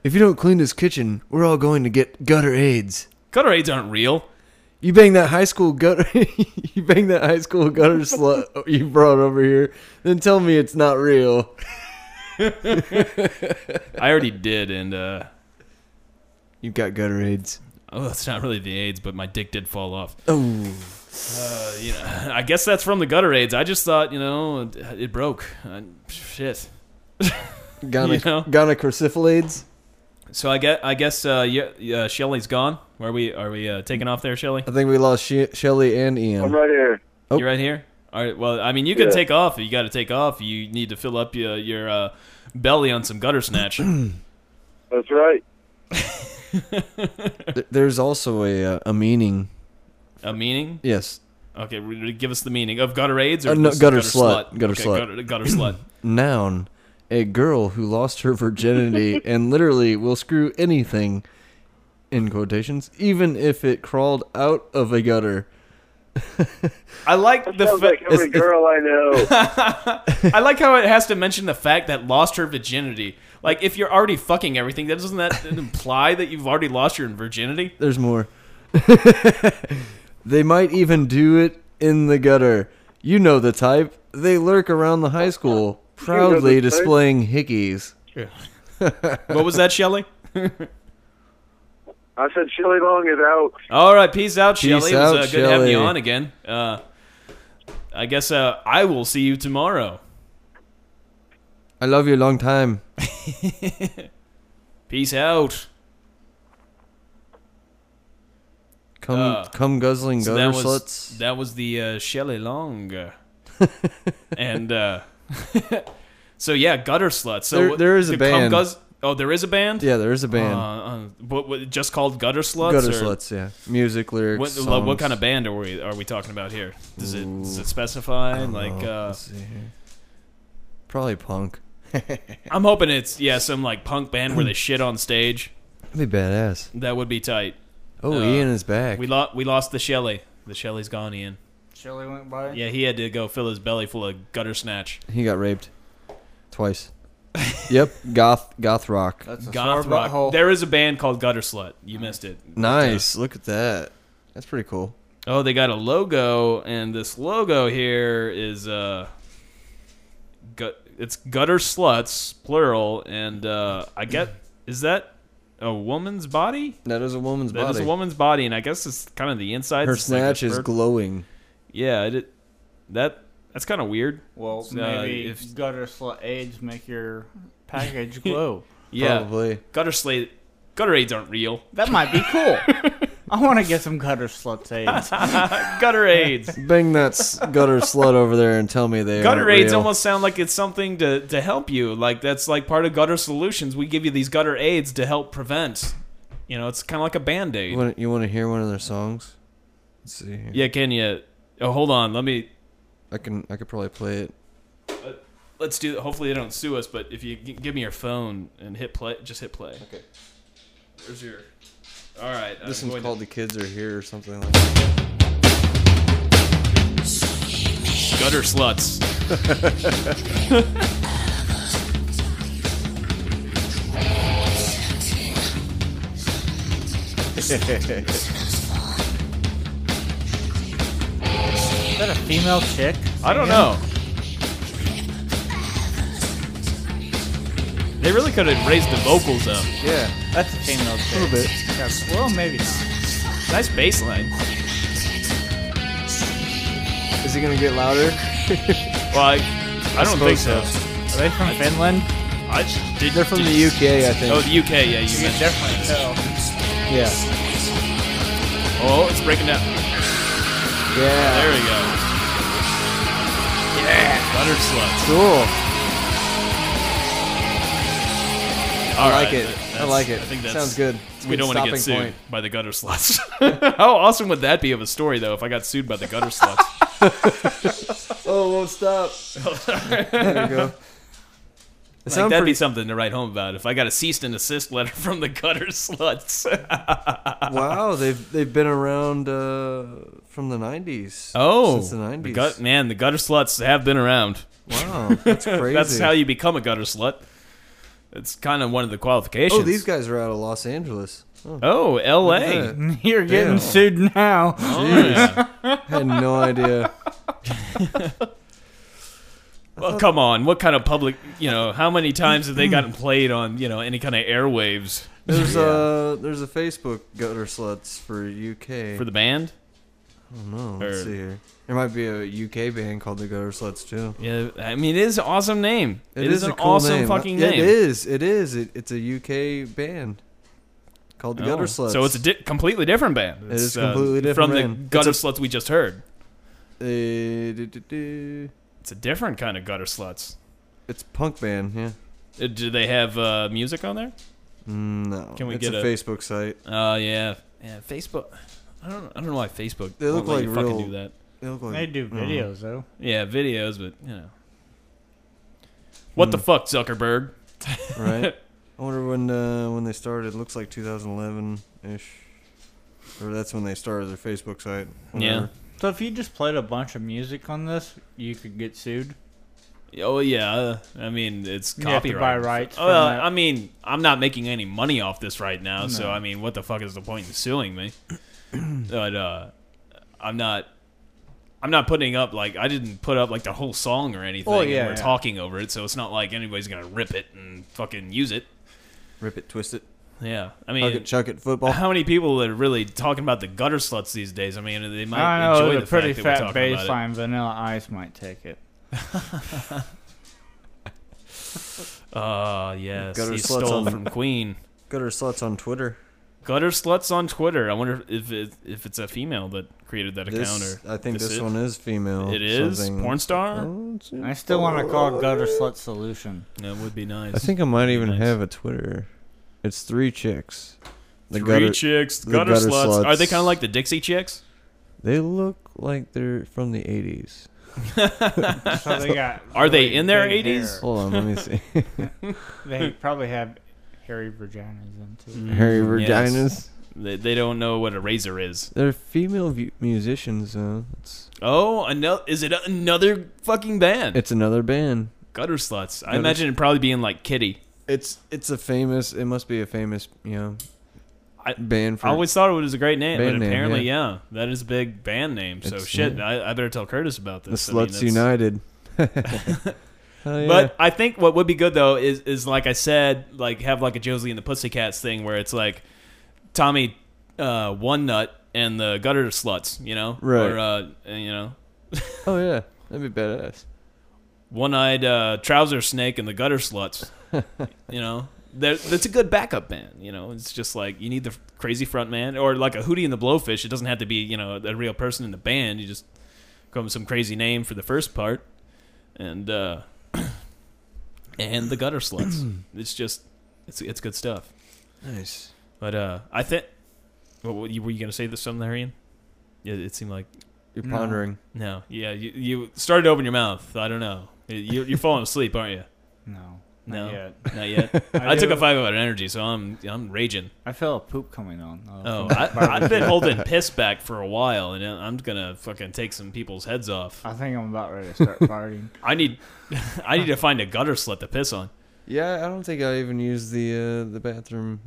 If you don't clean this kitchen, we're all going to get gutter AIDS.
Gutter AIDS aren't real.
You bang that high school gutter. [laughs] you bang that high school gutter slut you brought over here. Then tell me it's not real.
I
[laughs]
already did, and uh,
You've got gutter AIDS.
oh, that's not really the AIDS, but my dick did fall off. Uh,
Oh.
you know, I guess that's from the gutter aids. I just thought, you know, it, it broke. I, shit.
Gonna,
You know?
gonna crucifilades.
So I get, I guess, uh, you, uh, Shelly's gone. Where are we? Are we uh, taking off there, Shelly?
I think we lost she- Shelly and Ian.
I'm right here.
Oh.
You right here? All right. Well, I mean, you can
Yeah.
take off. You got to take off. You need to fill up your your uh, belly on some gutter snatch.
[clears throat]
That's right.
Th- There's also a uh, a meaning.
A meaning?
Yes,
Okay, re- re- give us the meaning of gutter aids or
Uh, no,
just
gutter slut. Gutter
Okay,
slut.
Gutter, gutter
[clears throat]
slut.
noun, a girl who lost her [laughs] virginity and literally will screw anything, in quotations, even if it crawled out of a gutter.
I like
That
the
sounds
fa-
like every
it's-
girl I know.
[laughs] I like how it has to mention the fact that lost her virginity. Like, if you're already fucking everything, that doesn't
[laughs]
that imply that you've already lost your virginity?
There's more. [laughs] they might even do it in the gutter. You know the type. They lurk around the high school, proudly
type.
displaying hickeys.
[laughs] What was that, Shelly?
I said Shirley Long is out.
All right, peace out, Shelly. It was
out,
uh, good to have you
Shelley.
on again. Uh, I guess uh, I will see you tomorrow.
I love you a long time.
Peace out.
Come,
Uh,
come, guzzling
So
gutter
that was
sluts.
that was the uh, Shelley
[laughs]
Long, and uh, [laughs] so yeah, gutter sluts. So
There-
what-
there is a
the cum
band.
guz- oh, there is a band.
yeah, there is a
Uh,
band.
uh, what, what just called gutter sluts?
gutter
or-
sluts, yeah. Music lyrics.
What,
songs.
what kind of band are we are we talking about here? Does it does it specify? Like,
Oh,
uh,
let's see here. probably punk.
I'm hoping it's yeah some like punk band where they shit on stage.
That'd be badass.
That would be tight.
Oh,
Uh,
Ian is back.
We lost we lost the Shelly. The Shelly's gone, Ian.
Shelly went by.
Yeah, he had to go fill his belly full of gutter snatch.
he got raped twice. [laughs] yep, goth goth rock.
That's a
Goth
sore
rock.
butthole.
There is a band called Gutter Slut. You missed it.
Nice. Look at that. That's pretty cool.
Oh, they got a logo, and this logo here is uh, gut, it's gutter sluts plural, and uh, I get is that a woman's body?
That is a woman's
That
body.
is a woman's body, and I guess it's kind of the inside.
Her snatch is glowing.
yeah, it, it- that that's kind of weird.
Well,
So, uh,
maybe
if-
gutter slut aids make your [laughs] package glow.
Yeah,
Probably.
gutter slate, gutter aids aren't real.
that might be cool. I want to get some gutter slut aids.
Gutter aids.
Bang that s-
[laughs]
gutter slut over there and tell me they
gutter
aren't
aids
real.
almost sound like it's something to, to help you like that's like part of gutter solutions we give you these gutter aids to help prevent you know it's kind of like a
You
band-aid
want, you want to hear one of their songs? Let's see. here.
yeah can you oh hold on let me
I can. I could probably play it.
let's do hopefully they don't sue us but if you g- give me your phone and hit play just hit play
Okay.
there's your all right I'm
This one's
going
called "The Kids Are Here" or something like that.
to,
[laughs]
gutter sluts
[laughs] Is that a female chick?
i don't know they really could have raised the vocals up
Yeah.
That's a female chick. A little bit. well, maybe not.
nice bass line
Is it gonna get louder?
well i, I don't think so,
suppose
Are they from Finland?
I, did,
They're from
did-
the UK, I think.
Oh, the UK, yeah, you mentioned.
definitely tell.
yeah.
Oh, it's breaking down.
Yeah.
There we go. Yeah, butter sluts.
Cool.
All
I like
right,
it. I
that's-
like it.
I think that's-
Sounds good. It's a
We
good
don't want to
stopping
get sued
point.
by the gutter sluts. [laughs] How awesome would that be of a story, though, if I got sued by the gutter
[laughs]
sluts?
Oh,
[laughs]
won't stop. there we go. It
Like,
sounds
that'd
pretty.
be something to write home about. If I got a cease and desist letter [laughs] from the gutter sluts. [laughs]
wow, they've they've been around uh, from the '90s.
oh,
since the
the
'90s.
gut- man, the gutter sluts have been around. [laughs]
wow, that's crazy.
That's how you become a gutter slut. It's kind of one of the qualifications.
Oh, these guys are out of Los Angeles. Oh,
Oh, L.A.
Look at that.
[laughs] You're getting
Damn.
sued now.
Oh, yeah.
[laughs] had no
[laughs]
idea.
Well, come on. What kind of public, you know, how many times have they
[clears throat]
gotten played on, you know, any kind of airwaves
There's a there's a Facebook gutter sluts for UK.
for the band?
no, let's
or-
see here. There might be a UK band called the Gutter Sluts too.
Yeah, I mean, it is an awesome name. it is,
a
an
cool
awesome
name.
fucking
It
name.
is. It is. It, it's a UK band called the
Oh,
Gutter Sluts.
So it's a di- completely different band. It's, uh,
is completely different
From the
band. It's
gutter
a-
sluts we just heard.
Uh, do, do, do.
It's a different kind of gutter sluts.
It's a punk band. Yeah.
Uh, Do they have uh, music on there?
No.
Can we
it's
get
a,
a-
Facebook site?
Oh, yeah. Yeah, Facebook. I don't, I don't know why Facebook
They look
won't let
like
you fucking
real-
do that.
They look like
They do
I don't know.
videos though.
Yeah, videos, but, you know. What the
Hmm.
fuck, Zuckerberg?
right? I wonder when uh, when they started. It looks like 2011 ish, or that's when they started their Facebook site.
[laughs] Yeah.
So if you just played a bunch of music on this, you could get sued.
Oh yeah, uh, I mean it's
You have to
copyright.
buy rights
Oh,
from
well,
that.
I mean I'm not making any money off this right now, so
No.
I mean what the fuck is the point in suing
[clears throat]
me? but uh, I'm not. I'm not putting up like I didn't put up like the whole song or anything.
Oh,
and
yeah,
we're
yeah.
talking over it, so it's not like anybody's gonna rip it and fucking use it.
Rip it, twist it,
Yeah, I
chuck
mean,
it, chuck it, football.
how many people are really talking about the gutter sluts these days? I mean, they might
I know
enjoy
with
the
a pretty
fact that
fat
we're talking about
baseline. Vanilla Ice might take it.
it. Uh, yes,
Gutter
he
sluts on
stole
the- [laughs]
from Queen.
Gutter sluts on Twitter.
Gutter sluts on Twitter. I wonder if it, if it's a female that created that account
This,
or
I think
this
this,
is-
one is female.
it is
something.
porn star.
Oh, it's-
I still want to call gutter slut [laughs] solution.
That would be nice.
I think I might even
Nice.
have a Twitter. It's three chicks. The
three
gutter,
chicks,
the
gutter,
gutter
sluts. Are they
sluts.
kind of like the Dixie chicks?
they look like they're from the 80s.
So they got
Are they in their
big
80s?
hair.
Hold on,
[laughs]
let me see.
They probably have hairy vaginas then too.
Harry
Mm, yes.
Virginas.
They, they don't know what a razor is.
They're female vu- musicians, though. It's,
Oh, another is it another fucking band?
it's another band.
gutter sluts. I
Gutter-
imagine it probably being like Kitty.
It's it's a famous. It must be a famous, you know,
I-
band for.
I always thought it was a great name,
Band
but
name,
apparently, yeah. that is a big band name. So
It's-
shit,
yeah.
I, I better tell Curtis about
the
this. I mean,
Sluts
that's-
United. [laughs] Hell yeah.
But I think what would be good though is is like I said, like have like a Josie and the Pussycats thing where it's like Tommy uh, one nut and the gutter sluts, you know,
Right.
Or uh, you know, [laughs]
oh yeah, that'd be badass.
one eyed uh, trouser snake and the gutter
[laughs]
sluts, you know. There- That's a good backup band, you know. It's just like you need the crazy front man or like a Hootie and the Blowfish. It doesn't have to be you know a real person in the band. You just come up with some crazy name for the first part, and uh, [clears throat] and the gutter
[clears throat]
sluts. it's just it's it's good stuff.
Nice.
But uh, I think what were you, were you gonna say this something there, Ian? Yeah, it seemed like
You're
No.
pondering.
no. Yeah, you you started to open your mouth. I don't know. You, you're falling asleep, aren't you?
No.
No,
[laughs] Not yet.
not
[laughs]
yet. I,
I
took
do.
a five out of energy, so I'm I'm raging.
I feel a poop coming on.
Oh,
[laughs]
I, I've been holding piss back for a while, and I'm gonna fucking take some people's heads off.
I think I'm about ready
[laughs]
to start farting.
I need I need to find a gutter slit to piss on.
Yeah, I don't think I even used the uh, the bathroom.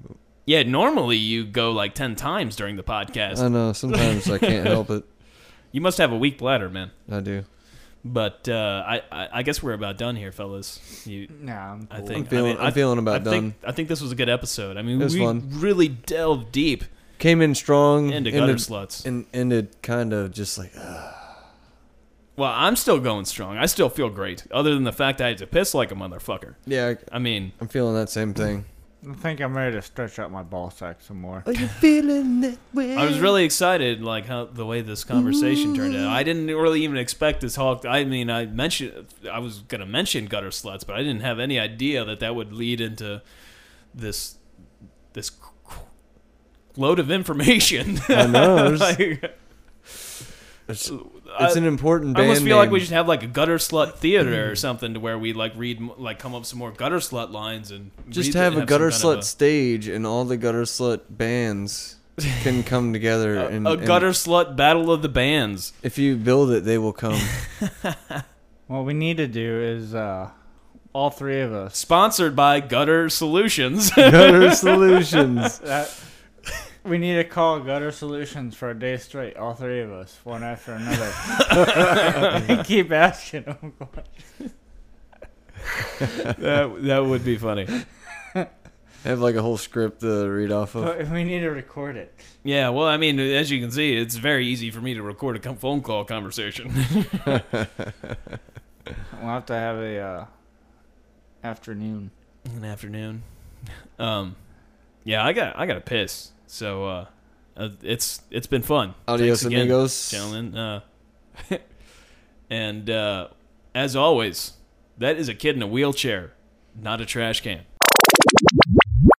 Yeah, normally you go like ten times during the podcast.
I know sometimes I can't help it.
you must have a weak bladder, man.
I do.
But uh, I, I I guess we're about done here, fellas. You
Nah, I'm
I
cool.
think
I'm feeling-
I mean,
I'm
I-
feeling about
I think,
done.
I think this was a good episode. I mean,
It was
we
fun.
really delved deep
Came in strong.
into gutter
ended,
sluts.
and ended kind of just like uh, ugh.
well, I'm still going strong. I still feel great, other than the fact I had to piss like a motherfucker.
yeah. I-
I mean,
I'm feeling that
[laughs]
same thing.
I think I'm ready to stretch out my ball sack some more.
Are you feeling that way?
I was really excited, like how the way this conversation turned out.
Mm-hmm.
I didn't really even expect this Hulk. I mean, I mentioned I was gonna mention gutter sluts, but I didn't have any idea that that would lead into this this load of information. [laughs]
I know. There's,
Like,
it's,
I-
it's an important
I
band
almost feel like we
name.
should have like a gutter slut theater or something to where we like read m- like come up with some more gutter slut lines and
just
read-
have, a
some
gutter
kind of
slut
a-
stage and all the gutter slut bands
[laughs]
can come together
a,
and,
a
and
gutter slut battle of the bands.
if you build it they
[laughs]
will come
What we need to do is uh, all three of us.
Sponsored by Gutter
[laughs]
Solutions. [laughs]
gutter solutions
That, we need to call Gutter Solutions for a day straight, all three of us, one after another.
[laughs]
They keep asking them.
that that would be funny.
have like a whole script to read off of
But we need to record it.
Yeah, well, I mean, as you can see, it's very easy for me to record a com- phone call conversation.
We'll have to have a uh, afternoon.
An afternoon. Um, yeah, I got I got to piss. So uh, uh, it's it's been fun.
Adios,
Thanks again,
amigos.
gentlemen. Uh, [laughs] and uh, as always, that is a kid in a wheelchair, not a trash can.